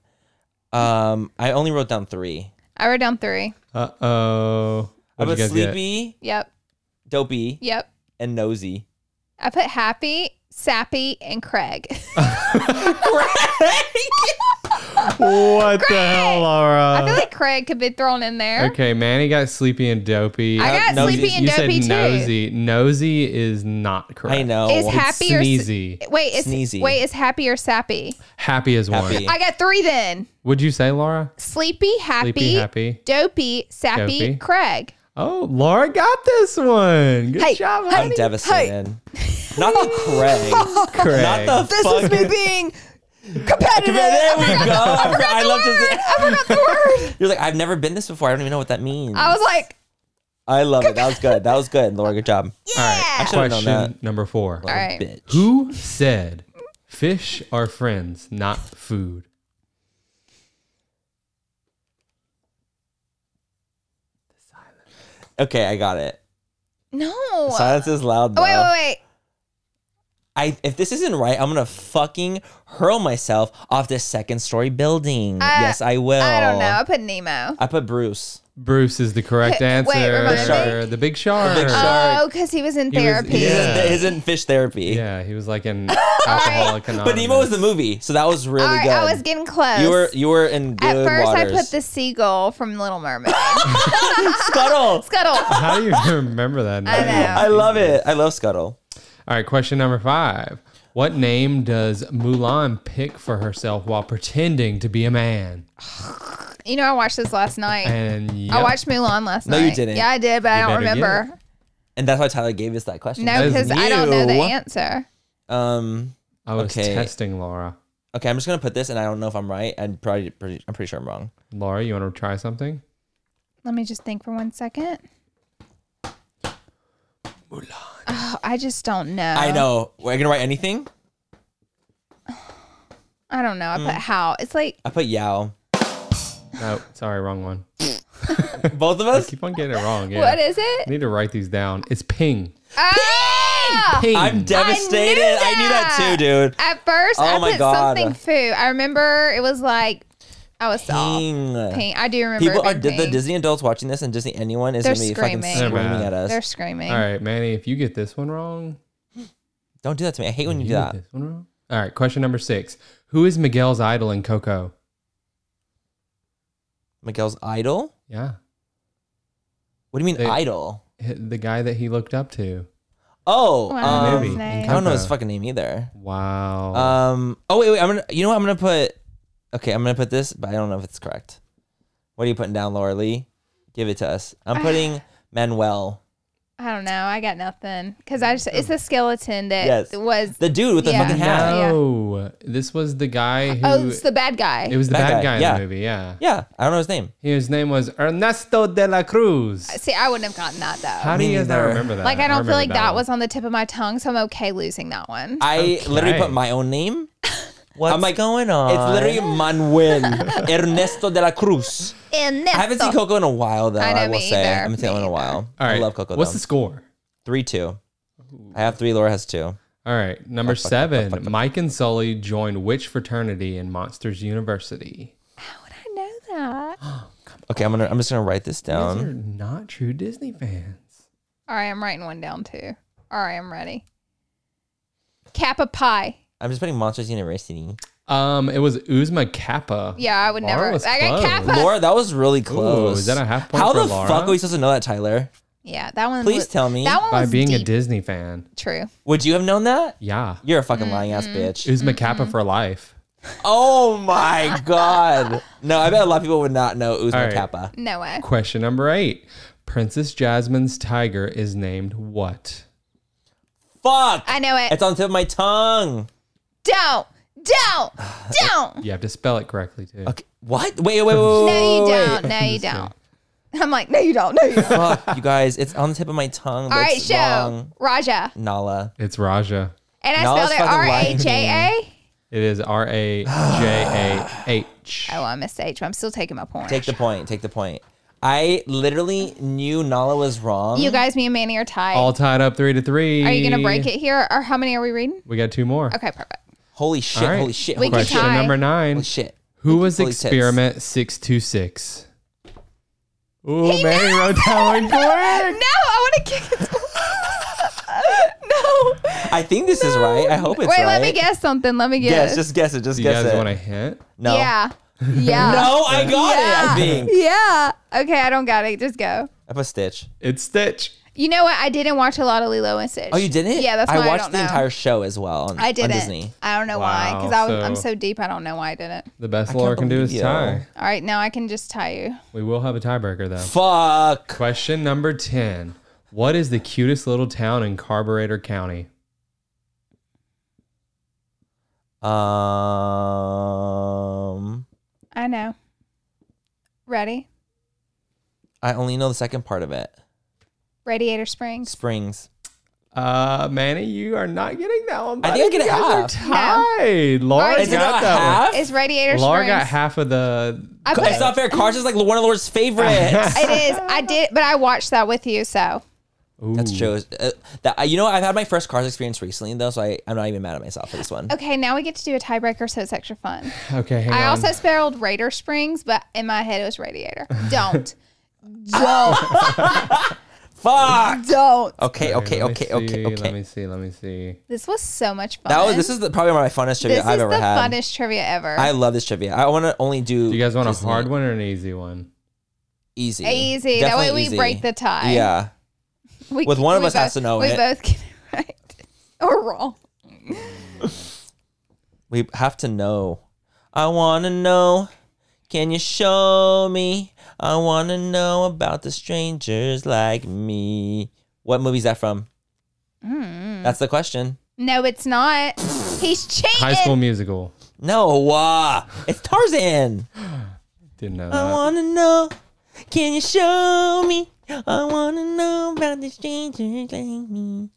[SPEAKER 1] Um, I only wrote down three.
[SPEAKER 7] I wrote down three.
[SPEAKER 5] Uh oh.
[SPEAKER 1] I put
[SPEAKER 5] What did you guys get?
[SPEAKER 1] sleepy,
[SPEAKER 7] Yep.
[SPEAKER 1] dopey,
[SPEAKER 7] Yep.
[SPEAKER 1] and nosy.
[SPEAKER 7] I put happy, sappy, and Craig.
[SPEAKER 5] What the hell, Laura?
[SPEAKER 7] I feel like Craig could be thrown in there.
[SPEAKER 5] okay, Manny got sleepy and dopey. Uh,
[SPEAKER 7] I got
[SPEAKER 1] Nosy.
[SPEAKER 7] sleepy and
[SPEAKER 5] you
[SPEAKER 7] dopey
[SPEAKER 5] said
[SPEAKER 7] too.
[SPEAKER 5] nosy. Nosy is not correct.
[SPEAKER 1] I know.
[SPEAKER 7] Is happy or s-
[SPEAKER 5] Sneezy.
[SPEAKER 7] Wait, it's
[SPEAKER 1] Sneezy.
[SPEAKER 7] wait, it's happy or sappy?
[SPEAKER 5] Happy is one.
[SPEAKER 1] Happy.
[SPEAKER 7] I got three then.
[SPEAKER 5] Would you say, Laura?
[SPEAKER 7] Sleepy, happy,
[SPEAKER 5] Sleepy, happy.
[SPEAKER 7] dopey, sappy,
[SPEAKER 5] Dopey.
[SPEAKER 7] Craig.
[SPEAKER 5] Oh, Laura got this one. Good
[SPEAKER 7] Hey,
[SPEAKER 5] job,
[SPEAKER 1] I'm devastated. Not the Craig.
[SPEAKER 5] Craig.
[SPEAKER 1] Not the this fuck.
[SPEAKER 7] being competitive.
[SPEAKER 1] There we go. I, forgot- I love to
[SPEAKER 7] I forgot the word.
[SPEAKER 1] You're like, I've never been this before. I don't even know what that means.
[SPEAKER 7] I was like,
[SPEAKER 1] I love it. That was good. That was good, Laura. Good job.
[SPEAKER 7] yeah.
[SPEAKER 1] I should have known that.
[SPEAKER 5] Question number four.
[SPEAKER 1] Little
[SPEAKER 7] right.
[SPEAKER 1] Bitch.
[SPEAKER 5] Who said fish are friends, not food?
[SPEAKER 1] Okay, I got it.
[SPEAKER 7] no.
[SPEAKER 1] Silence is loud. Though.
[SPEAKER 7] Oh, wait, wait,
[SPEAKER 1] I if this isn't right, I'm gonna fucking hurl myself off this second story building.
[SPEAKER 7] I-
[SPEAKER 1] yes, I will.
[SPEAKER 7] wait. I don't know. I put Nemo.
[SPEAKER 1] I put Bruce.
[SPEAKER 5] Bruce is the correct
[SPEAKER 7] Wait,
[SPEAKER 5] answer.
[SPEAKER 7] remind me.
[SPEAKER 5] The big shark.
[SPEAKER 1] big shark. Sorry.
[SPEAKER 7] Oh, because he was in
[SPEAKER 5] He was-
[SPEAKER 7] therapy.
[SPEAKER 5] yeah.
[SPEAKER 1] Isn't, isn't fish therapy?
[SPEAKER 5] Yeah, he was like an alcoholic anonymous.
[SPEAKER 1] But Nemo was the movie, so that was really
[SPEAKER 7] All right,
[SPEAKER 1] good.
[SPEAKER 7] I was getting close.
[SPEAKER 1] You were you were in good
[SPEAKER 7] At first,
[SPEAKER 1] waters.
[SPEAKER 7] I put the seagull from Little Mermaid.
[SPEAKER 1] Scuttle.
[SPEAKER 7] Scuttle.
[SPEAKER 5] How do you remember that?
[SPEAKER 7] I
[SPEAKER 5] name?
[SPEAKER 7] know.
[SPEAKER 1] I love it. I love Scuttle.
[SPEAKER 5] All right, question number five. What name does Mulan pick for herself while pretending to be a man?
[SPEAKER 7] You know, I watched this last night.
[SPEAKER 5] And
[SPEAKER 7] I
[SPEAKER 5] yep,
[SPEAKER 7] watched Mulan last
[SPEAKER 1] No,
[SPEAKER 7] night.
[SPEAKER 1] you didn't.
[SPEAKER 7] Yeah, I did, but Oh, I don't
[SPEAKER 5] better get
[SPEAKER 7] remember.
[SPEAKER 1] And that's why Tyler gave us that question.
[SPEAKER 7] No,
[SPEAKER 5] That is
[SPEAKER 7] because I don't know the answer.
[SPEAKER 1] Um.
[SPEAKER 5] I was
[SPEAKER 1] Okay.
[SPEAKER 5] testing Laura.
[SPEAKER 1] Okay, I'm just gonna put this, and I don't know if I'm right. I'm probably pretty, I'm pretty sure I'm wrong.
[SPEAKER 5] Laura, you want to try something?
[SPEAKER 7] Let me just think for one second. Oh, I just don't know.
[SPEAKER 1] I know. We're gonna write anything.
[SPEAKER 7] I don't know. I
[SPEAKER 1] Mm.
[SPEAKER 7] put how. It's like
[SPEAKER 1] I put Yao.
[SPEAKER 5] No, Oh, sorry, wrong one.
[SPEAKER 1] Both of
[SPEAKER 5] I
[SPEAKER 1] us.
[SPEAKER 5] keep on getting it wrong. Yeah.
[SPEAKER 7] what is
[SPEAKER 5] I
[SPEAKER 7] it?
[SPEAKER 5] need to write these down. It's ping.
[SPEAKER 7] Ah!
[SPEAKER 5] Ping.
[SPEAKER 1] I'm devastated. I knew that,
[SPEAKER 7] that!
[SPEAKER 1] too, dude.
[SPEAKER 7] At first,
[SPEAKER 1] Oh
[SPEAKER 7] I
[SPEAKER 1] my
[SPEAKER 7] put
[SPEAKER 1] God.
[SPEAKER 7] something food. I remember it was like I was soft.
[SPEAKER 1] Ping.
[SPEAKER 7] Pink. I do remember.
[SPEAKER 1] People
[SPEAKER 7] it
[SPEAKER 1] are
[SPEAKER 7] being
[SPEAKER 1] the
[SPEAKER 7] pink.
[SPEAKER 1] Disney adults watching this, and Disney anyone is
[SPEAKER 7] They're
[SPEAKER 1] gonna be fucking
[SPEAKER 7] screaming.
[SPEAKER 5] They're
[SPEAKER 1] screaming
[SPEAKER 5] mad.
[SPEAKER 1] at us.
[SPEAKER 7] They're screaming.
[SPEAKER 5] All right, Manny, if you get this one wrong,
[SPEAKER 1] Don't do that to me. I hate when you do
[SPEAKER 5] get
[SPEAKER 1] that.
[SPEAKER 5] this one wrong. All right, question number six. Who is Miguel's idol in Coco?
[SPEAKER 1] Miguel's idol.
[SPEAKER 5] Yeah,
[SPEAKER 1] What do you mean
[SPEAKER 5] They-
[SPEAKER 1] idol?
[SPEAKER 5] h- the guy that he looked up to.
[SPEAKER 1] Oh,
[SPEAKER 7] Wow.
[SPEAKER 1] um,
[SPEAKER 7] Maybe.
[SPEAKER 1] I don't know his
[SPEAKER 5] Coco.
[SPEAKER 1] fucking name either.
[SPEAKER 5] Wow.
[SPEAKER 1] Um. Oh wait, wait. I'm gonna. You know what? I'm gonna put. Okay, I'm gonna put this, but I don't know if it's correct. What are you putting down, Laura Lee? Give it to us. I'm putting Manuel,
[SPEAKER 7] I don't know. I got nothing because I just it's the skeleton that
[SPEAKER 1] Mm. Yes.
[SPEAKER 7] was.
[SPEAKER 1] the dude with the
[SPEAKER 7] Yeah.
[SPEAKER 1] fucking hat.
[SPEAKER 5] no, this was the guy who.
[SPEAKER 7] oh, it's the bad guy.
[SPEAKER 5] it was the
[SPEAKER 1] That
[SPEAKER 5] bad
[SPEAKER 1] guy,
[SPEAKER 5] guy, in
[SPEAKER 1] yeah.
[SPEAKER 5] the movie. Yeah,
[SPEAKER 1] Yeah, I don't know his name.
[SPEAKER 5] his name was Ernesto de la Cruz.
[SPEAKER 7] Uh, See, I wouldn't have gotten that though.
[SPEAKER 5] How do you guys not
[SPEAKER 1] neither.
[SPEAKER 5] remember that?
[SPEAKER 7] Like I don't feel
[SPEAKER 5] remember
[SPEAKER 7] like that
[SPEAKER 5] one.
[SPEAKER 7] was on the tip of my tongue, so I'm okay losing that one.
[SPEAKER 1] I literally
[SPEAKER 5] Okay.
[SPEAKER 1] put my own name.
[SPEAKER 6] What's
[SPEAKER 1] I'm like,
[SPEAKER 6] going on?
[SPEAKER 1] It's literally Manuel Ernesto de la Cruz.
[SPEAKER 7] And this oh,
[SPEAKER 1] I haven't seen Coco in a while, though.
[SPEAKER 7] I
[SPEAKER 1] I,
[SPEAKER 7] know,
[SPEAKER 1] will
[SPEAKER 7] me
[SPEAKER 1] say,
[SPEAKER 7] either.
[SPEAKER 1] I haven't seen it in
[SPEAKER 7] Me
[SPEAKER 1] a while.
[SPEAKER 5] All right,
[SPEAKER 1] I love Coco.
[SPEAKER 5] What's
[SPEAKER 1] though.
[SPEAKER 5] the score?
[SPEAKER 1] three two? I have three. Laura has two.
[SPEAKER 5] All right, number seven. Mike and Sully joined which fraternity in Monsters University?
[SPEAKER 7] I know that.
[SPEAKER 1] Okay, I'm gonna. I'm just gonna write this
[SPEAKER 5] These
[SPEAKER 1] down.
[SPEAKER 5] are not true Disney fans.
[SPEAKER 7] All right, I'm writing one down too. All right, I'm ready. Kappa Pi.
[SPEAKER 1] I'm just putting Monsters University.
[SPEAKER 5] Um, it was Uzma Kappa.
[SPEAKER 7] Yeah, I would
[SPEAKER 5] Laura
[SPEAKER 7] never.
[SPEAKER 5] was
[SPEAKER 7] I got
[SPEAKER 5] close.
[SPEAKER 7] Kappa.
[SPEAKER 1] Laura, that was really close.
[SPEAKER 5] is that a half point
[SPEAKER 1] How
[SPEAKER 5] for
[SPEAKER 1] the
[SPEAKER 5] Laura?
[SPEAKER 1] fuck are we supposed to know that, Tyler?
[SPEAKER 7] Yeah, that one.
[SPEAKER 1] Please
[SPEAKER 7] was-
[SPEAKER 1] tell me.
[SPEAKER 7] That one
[SPEAKER 5] By
[SPEAKER 7] was
[SPEAKER 5] being a
[SPEAKER 7] deep.
[SPEAKER 5] Disney fan.
[SPEAKER 7] True.
[SPEAKER 1] Would you have known that?
[SPEAKER 5] Yeah.
[SPEAKER 1] You're a fucking lying ass
[SPEAKER 7] Mm-hmm.
[SPEAKER 1] bitch.
[SPEAKER 5] Uzma Kappa for life.
[SPEAKER 1] Oh my god. No, I bet a lot of people would not know Uzma
[SPEAKER 5] All right.
[SPEAKER 1] Kappa.
[SPEAKER 7] No way.
[SPEAKER 5] Question number eight. Princess Jasmine's tiger is named what?
[SPEAKER 1] Fuck.
[SPEAKER 7] I know it.
[SPEAKER 1] It's on the tip of my tongue.
[SPEAKER 7] don't, don't, don't.
[SPEAKER 5] You have to spell it correctly too.
[SPEAKER 1] Okay. What? Wait, wait, wait, wait.
[SPEAKER 7] No, you
[SPEAKER 1] wait, wait.
[SPEAKER 7] don't. No, you don't. I'm like, no, you don't. No, you don't.
[SPEAKER 1] Fuck, you guys. It's on the tip of my tongue. But
[SPEAKER 7] All right,
[SPEAKER 1] it's
[SPEAKER 7] show
[SPEAKER 1] wrong.
[SPEAKER 7] Raja,
[SPEAKER 1] Nala.
[SPEAKER 5] It's Raja.
[SPEAKER 7] and I
[SPEAKER 1] No,
[SPEAKER 7] spelled
[SPEAKER 1] it's
[SPEAKER 7] it
[SPEAKER 1] fucking
[SPEAKER 7] R A J
[SPEAKER 1] lying.
[SPEAKER 7] A.
[SPEAKER 5] It is R A J A H.
[SPEAKER 7] Oh, I missed H. I'm still taking my point.
[SPEAKER 1] Take the point. Take the point. I literally knew Nala was wrong.
[SPEAKER 7] you guys, me and Manny are tied.
[SPEAKER 5] All tied up three to three.
[SPEAKER 7] are you gonna break it here, or how many are we reading?
[SPEAKER 5] We got two more.
[SPEAKER 7] Okay, perfect.
[SPEAKER 1] Holy shit.
[SPEAKER 5] All right.
[SPEAKER 1] Holy shit.
[SPEAKER 7] We
[SPEAKER 1] Holy
[SPEAKER 7] can
[SPEAKER 1] shit.
[SPEAKER 5] Question
[SPEAKER 7] tie.
[SPEAKER 5] number nine.
[SPEAKER 1] Holy shit.
[SPEAKER 5] Who was
[SPEAKER 1] Holy tits.
[SPEAKER 5] experiment six two six? Ooh, Mary wrote that one quick.
[SPEAKER 7] No, I want to kick his. no.
[SPEAKER 1] I think this is right. I hope it's
[SPEAKER 7] Wait,
[SPEAKER 1] right.
[SPEAKER 7] let me guess something. Let me
[SPEAKER 1] Guess.
[SPEAKER 7] guess.
[SPEAKER 1] Just guess it. Just
[SPEAKER 5] Do you
[SPEAKER 1] guess
[SPEAKER 5] guys
[SPEAKER 1] it.
[SPEAKER 5] want a hint?
[SPEAKER 1] No.
[SPEAKER 7] Yeah. Yeah.
[SPEAKER 1] No, I got it. I
[SPEAKER 7] Yeah.
[SPEAKER 1] think.
[SPEAKER 7] Yeah. Okay, I don't got it. Just go.
[SPEAKER 1] I put Stitch.
[SPEAKER 5] It's Stitch.
[SPEAKER 7] You know what? I didn't watch a lot of Lilo and Stitch.
[SPEAKER 1] Oh, you didn't?
[SPEAKER 7] Yeah, that's why
[SPEAKER 1] I
[SPEAKER 7] I
[SPEAKER 1] watched
[SPEAKER 7] don't
[SPEAKER 1] the
[SPEAKER 7] know.
[SPEAKER 1] entire show as well on,
[SPEAKER 7] I
[SPEAKER 1] on
[SPEAKER 7] didn't.
[SPEAKER 1] Disney.
[SPEAKER 7] I don't know why,
[SPEAKER 5] Wow,
[SPEAKER 7] because I was I'm
[SPEAKER 5] so-
[SPEAKER 7] so deep. I don't know why I didn't.
[SPEAKER 5] The best
[SPEAKER 1] can't
[SPEAKER 5] Laura can do
[SPEAKER 1] believe
[SPEAKER 5] is
[SPEAKER 1] you.
[SPEAKER 5] tie.
[SPEAKER 7] All right, now I can just tie you.
[SPEAKER 5] We will have a tiebreaker though.
[SPEAKER 1] Fuck.
[SPEAKER 5] Question number 10. What is the cutest little town in Carburetor County?
[SPEAKER 1] Um,
[SPEAKER 7] I know. Ready?
[SPEAKER 1] I only know the second part of it.
[SPEAKER 7] Radiator Springs.
[SPEAKER 1] Springs.
[SPEAKER 5] Uh, Manny, you are not getting that one.
[SPEAKER 1] I think
[SPEAKER 5] buddy.
[SPEAKER 1] I get
[SPEAKER 5] You
[SPEAKER 1] it
[SPEAKER 5] guys
[SPEAKER 1] half.
[SPEAKER 5] are tied. Laura
[SPEAKER 7] Is it
[SPEAKER 5] got
[SPEAKER 1] not
[SPEAKER 5] that
[SPEAKER 1] half?
[SPEAKER 7] It's Radiator
[SPEAKER 5] one. Laura got
[SPEAKER 7] Springs.
[SPEAKER 5] half of the.
[SPEAKER 7] I put,
[SPEAKER 1] It's not fair. Cars is like one of Laura's favorites.
[SPEAKER 7] it is. I did, but I watched that with you, so
[SPEAKER 1] That's
[SPEAKER 5] Ooh.
[SPEAKER 1] true. Uh, that, you know, I've had my first Cars experience recently, though, so I, I'm not even mad at myself for this one.
[SPEAKER 7] okay. Now we get to do a tiebreaker, so it's extra fun.
[SPEAKER 5] Okay, hang
[SPEAKER 7] I
[SPEAKER 5] on.
[SPEAKER 7] also spelled Raider Springs, but in my head it was Radiator. Don't, don't,
[SPEAKER 1] Fuck.
[SPEAKER 7] don't.
[SPEAKER 1] Okay, okay,
[SPEAKER 5] Let me
[SPEAKER 1] okay,
[SPEAKER 5] see,
[SPEAKER 1] okay,
[SPEAKER 5] Let
[SPEAKER 1] okay.
[SPEAKER 5] me see. Let me see.
[SPEAKER 7] This was so much fun.
[SPEAKER 1] That was. This is the, probably one of my funnest trivia
[SPEAKER 7] This
[SPEAKER 1] I've
[SPEAKER 7] is
[SPEAKER 1] ever
[SPEAKER 7] the
[SPEAKER 1] had.
[SPEAKER 7] funnest trivia ever.
[SPEAKER 1] I love this trivia. I want to only do.
[SPEAKER 5] Do you guys want
[SPEAKER 1] Disney.
[SPEAKER 5] a hard one or an easy one?
[SPEAKER 1] Easy.
[SPEAKER 7] Easy. That way
[SPEAKER 1] Definitely
[SPEAKER 7] we
[SPEAKER 1] easy.
[SPEAKER 7] break the tie.
[SPEAKER 1] Yeah.
[SPEAKER 7] We,
[SPEAKER 1] With one of
[SPEAKER 7] we
[SPEAKER 1] us has to know
[SPEAKER 7] we
[SPEAKER 1] it.
[SPEAKER 7] both get it right or wrong.
[SPEAKER 1] We have to know. I want to know. Can you show me? I want to know about the strangers like me. What movie is that from?
[SPEAKER 7] Hmm.
[SPEAKER 1] That's the question.
[SPEAKER 7] No, it's not. He's cheating.
[SPEAKER 5] High School Musical.
[SPEAKER 1] No, uh, it's Tarzan.
[SPEAKER 5] Didn't know
[SPEAKER 1] I
[SPEAKER 5] that.
[SPEAKER 1] want to know. Can you show me? I want to know about the strangers like me.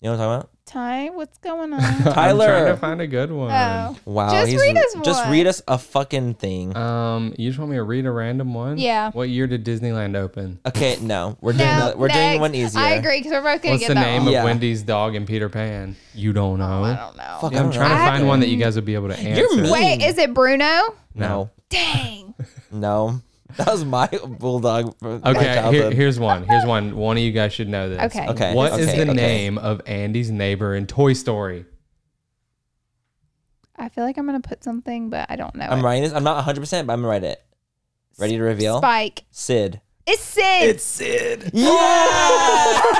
[SPEAKER 1] You know what I'm talking about?
[SPEAKER 7] Ty, what's going on?
[SPEAKER 1] Tyler.
[SPEAKER 5] I'm trying to find a good one.
[SPEAKER 7] oh,
[SPEAKER 1] Wow.
[SPEAKER 7] Just
[SPEAKER 1] he's-
[SPEAKER 7] read us
[SPEAKER 1] Just
[SPEAKER 7] one.
[SPEAKER 1] read us a fucking thing.
[SPEAKER 5] Um, you just want me to read a random one?
[SPEAKER 7] Yeah.
[SPEAKER 5] What year did Disneyland open?
[SPEAKER 1] Okay, no. We're doing
[SPEAKER 7] no,
[SPEAKER 1] the- we're doing
[SPEAKER 7] next.
[SPEAKER 1] one easier.
[SPEAKER 7] I agree because we're both gonna
[SPEAKER 5] What's
[SPEAKER 7] get
[SPEAKER 5] the
[SPEAKER 7] that
[SPEAKER 5] name
[SPEAKER 7] wrong.
[SPEAKER 5] of
[SPEAKER 1] Yeah.
[SPEAKER 5] Wendy's dog and Peter Pan? You don't know.
[SPEAKER 7] I don't know.
[SPEAKER 1] Fuck,
[SPEAKER 5] Yeah, I'm
[SPEAKER 1] I don't
[SPEAKER 5] trying to
[SPEAKER 1] know.
[SPEAKER 5] find one that you guys would be able to answer.
[SPEAKER 1] You're mean.
[SPEAKER 7] Wait, is it Bruno?
[SPEAKER 1] No.
[SPEAKER 7] Dang.
[SPEAKER 1] No, that was my bulldog. From my
[SPEAKER 5] Okay, here,
[SPEAKER 1] childhood.
[SPEAKER 5] here's one. Here's one. One of you guys should know this.
[SPEAKER 7] Okay.
[SPEAKER 1] Okay,
[SPEAKER 5] What is
[SPEAKER 1] okay,
[SPEAKER 5] the
[SPEAKER 1] okay.
[SPEAKER 5] name of Andy's neighbor in Toy Story?
[SPEAKER 7] I feel like I'm gonna put something, but I don't know.
[SPEAKER 1] I'm
[SPEAKER 7] it.
[SPEAKER 1] writing this. I'm not 100, percent but I'm gonna write it. Ready to reveal?
[SPEAKER 7] Spike.
[SPEAKER 1] Sid.
[SPEAKER 7] It's Sid.
[SPEAKER 1] Sid. Yeah.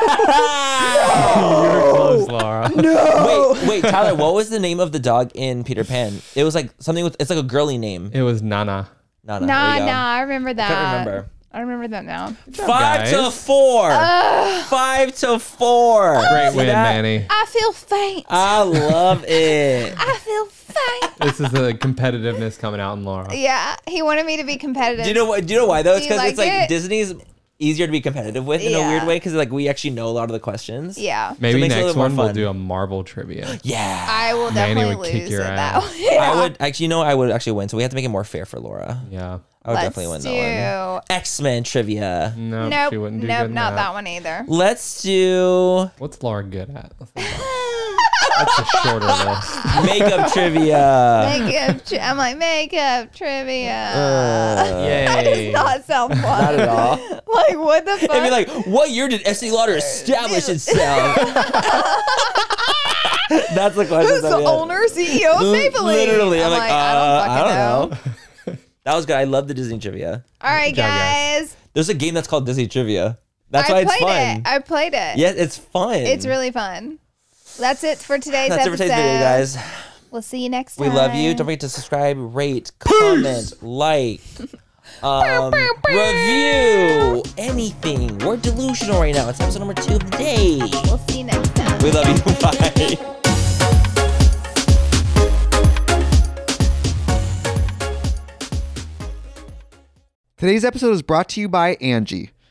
[SPEAKER 5] You were close, Laura.
[SPEAKER 1] wait, wait, Tyler. What was the name of the dog in Peter Pan? It was like something with. It's like a girly name.
[SPEAKER 5] It was Nana.
[SPEAKER 1] No, no,
[SPEAKER 7] nah, nah. I remember that.
[SPEAKER 1] remember.
[SPEAKER 7] I remember that now.
[SPEAKER 1] Five to
[SPEAKER 5] guys.
[SPEAKER 1] four. Five to four.
[SPEAKER 5] Great
[SPEAKER 1] See
[SPEAKER 5] win,
[SPEAKER 1] that?
[SPEAKER 5] Manny.
[SPEAKER 7] I feel faint.
[SPEAKER 1] I love it.
[SPEAKER 7] I feel faint.
[SPEAKER 5] This is the competitiveness coming out in Laura.
[SPEAKER 7] yeah, he wanted me to be competitive.
[SPEAKER 1] Do you know what? Do you know why though? It's
[SPEAKER 7] Do you
[SPEAKER 1] because it's
[SPEAKER 7] like
[SPEAKER 1] like
[SPEAKER 7] it?
[SPEAKER 1] Disney's easier to be competitive with in a
[SPEAKER 7] Yeah.
[SPEAKER 1] weird way because like we actually know a lot of the questions.
[SPEAKER 7] yeah,
[SPEAKER 5] Maybe
[SPEAKER 1] makes it a
[SPEAKER 5] next
[SPEAKER 1] little
[SPEAKER 5] one
[SPEAKER 1] more
[SPEAKER 5] we'll
[SPEAKER 1] fun.
[SPEAKER 5] do a Marvel trivia.
[SPEAKER 1] Yeah.
[SPEAKER 7] I will
[SPEAKER 5] Manny
[SPEAKER 7] definitely
[SPEAKER 5] would kick
[SPEAKER 7] lose
[SPEAKER 5] your
[SPEAKER 7] at
[SPEAKER 5] ass.
[SPEAKER 7] that one.
[SPEAKER 1] I would actually, you know, I would actually win. So we have to make it more fair for Laura.
[SPEAKER 5] Yeah.
[SPEAKER 1] I would
[SPEAKER 7] Let's
[SPEAKER 1] definitely win
[SPEAKER 7] do. Mm.
[SPEAKER 1] that one. X Men trivia.
[SPEAKER 5] No,
[SPEAKER 7] Nope,
[SPEAKER 5] she wouldn't do
[SPEAKER 7] nope,
[SPEAKER 5] good in
[SPEAKER 7] not that one either.
[SPEAKER 1] Let's do
[SPEAKER 5] What's Laura good at? Let's think about it. That's a shorter list.
[SPEAKER 1] makeup trivia.
[SPEAKER 7] Makeup, tri- I'm like makeup trivia.
[SPEAKER 5] Yay.
[SPEAKER 7] not sound fun. Not
[SPEAKER 1] Uh, at all.
[SPEAKER 7] like what the fuck?
[SPEAKER 1] It'd be like, what year did Estee Lauder establish itself? That's the question.
[SPEAKER 7] Who's the
[SPEAKER 1] that we had.
[SPEAKER 7] owner, CEO of
[SPEAKER 1] L-
[SPEAKER 7] Maybelline?
[SPEAKER 1] Literally, I'm, like, uh, I don't,
[SPEAKER 7] know.
[SPEAKER 1] know. that was good. I love the Disney trivia.
[SPEAKER 7] All right,
[SPEAKER 5] job,
[SPEAKER 7] guys.
[SPEAKER 5] guys.
[SPEAKER 1] There's a game that's called Disney trivia. That's
[SPEAKER 7] I
[SPEAKER 1] why
[SPEAKER 7] played
[SPEAKER 1] it's fun.
[SPEAKER 7] it. I played it.
[SPEAKER 1] yes, it's fun.
[SPEAKER 7] It's really fun. That's it for today's
[SPEAKER 1] That's it for
[SPEAKER 7] episode.
[SPEAKER 1] today's video, guys.
[SPEAKER 7] We'll see you next
[SPEAKER 1] We
[SPEAKER 7] time.
[SPEAKER 1] love you. Don't forget to subscribe, rate, comment, like, um, review, anything. We're delusional right now. It's episode number two of the day.
[SPEAKER 7] We'll see you next time.
[SPEAKER 1] We love you. Bye.
[SPEAKER 3] Today's episode is brought to you by Angie.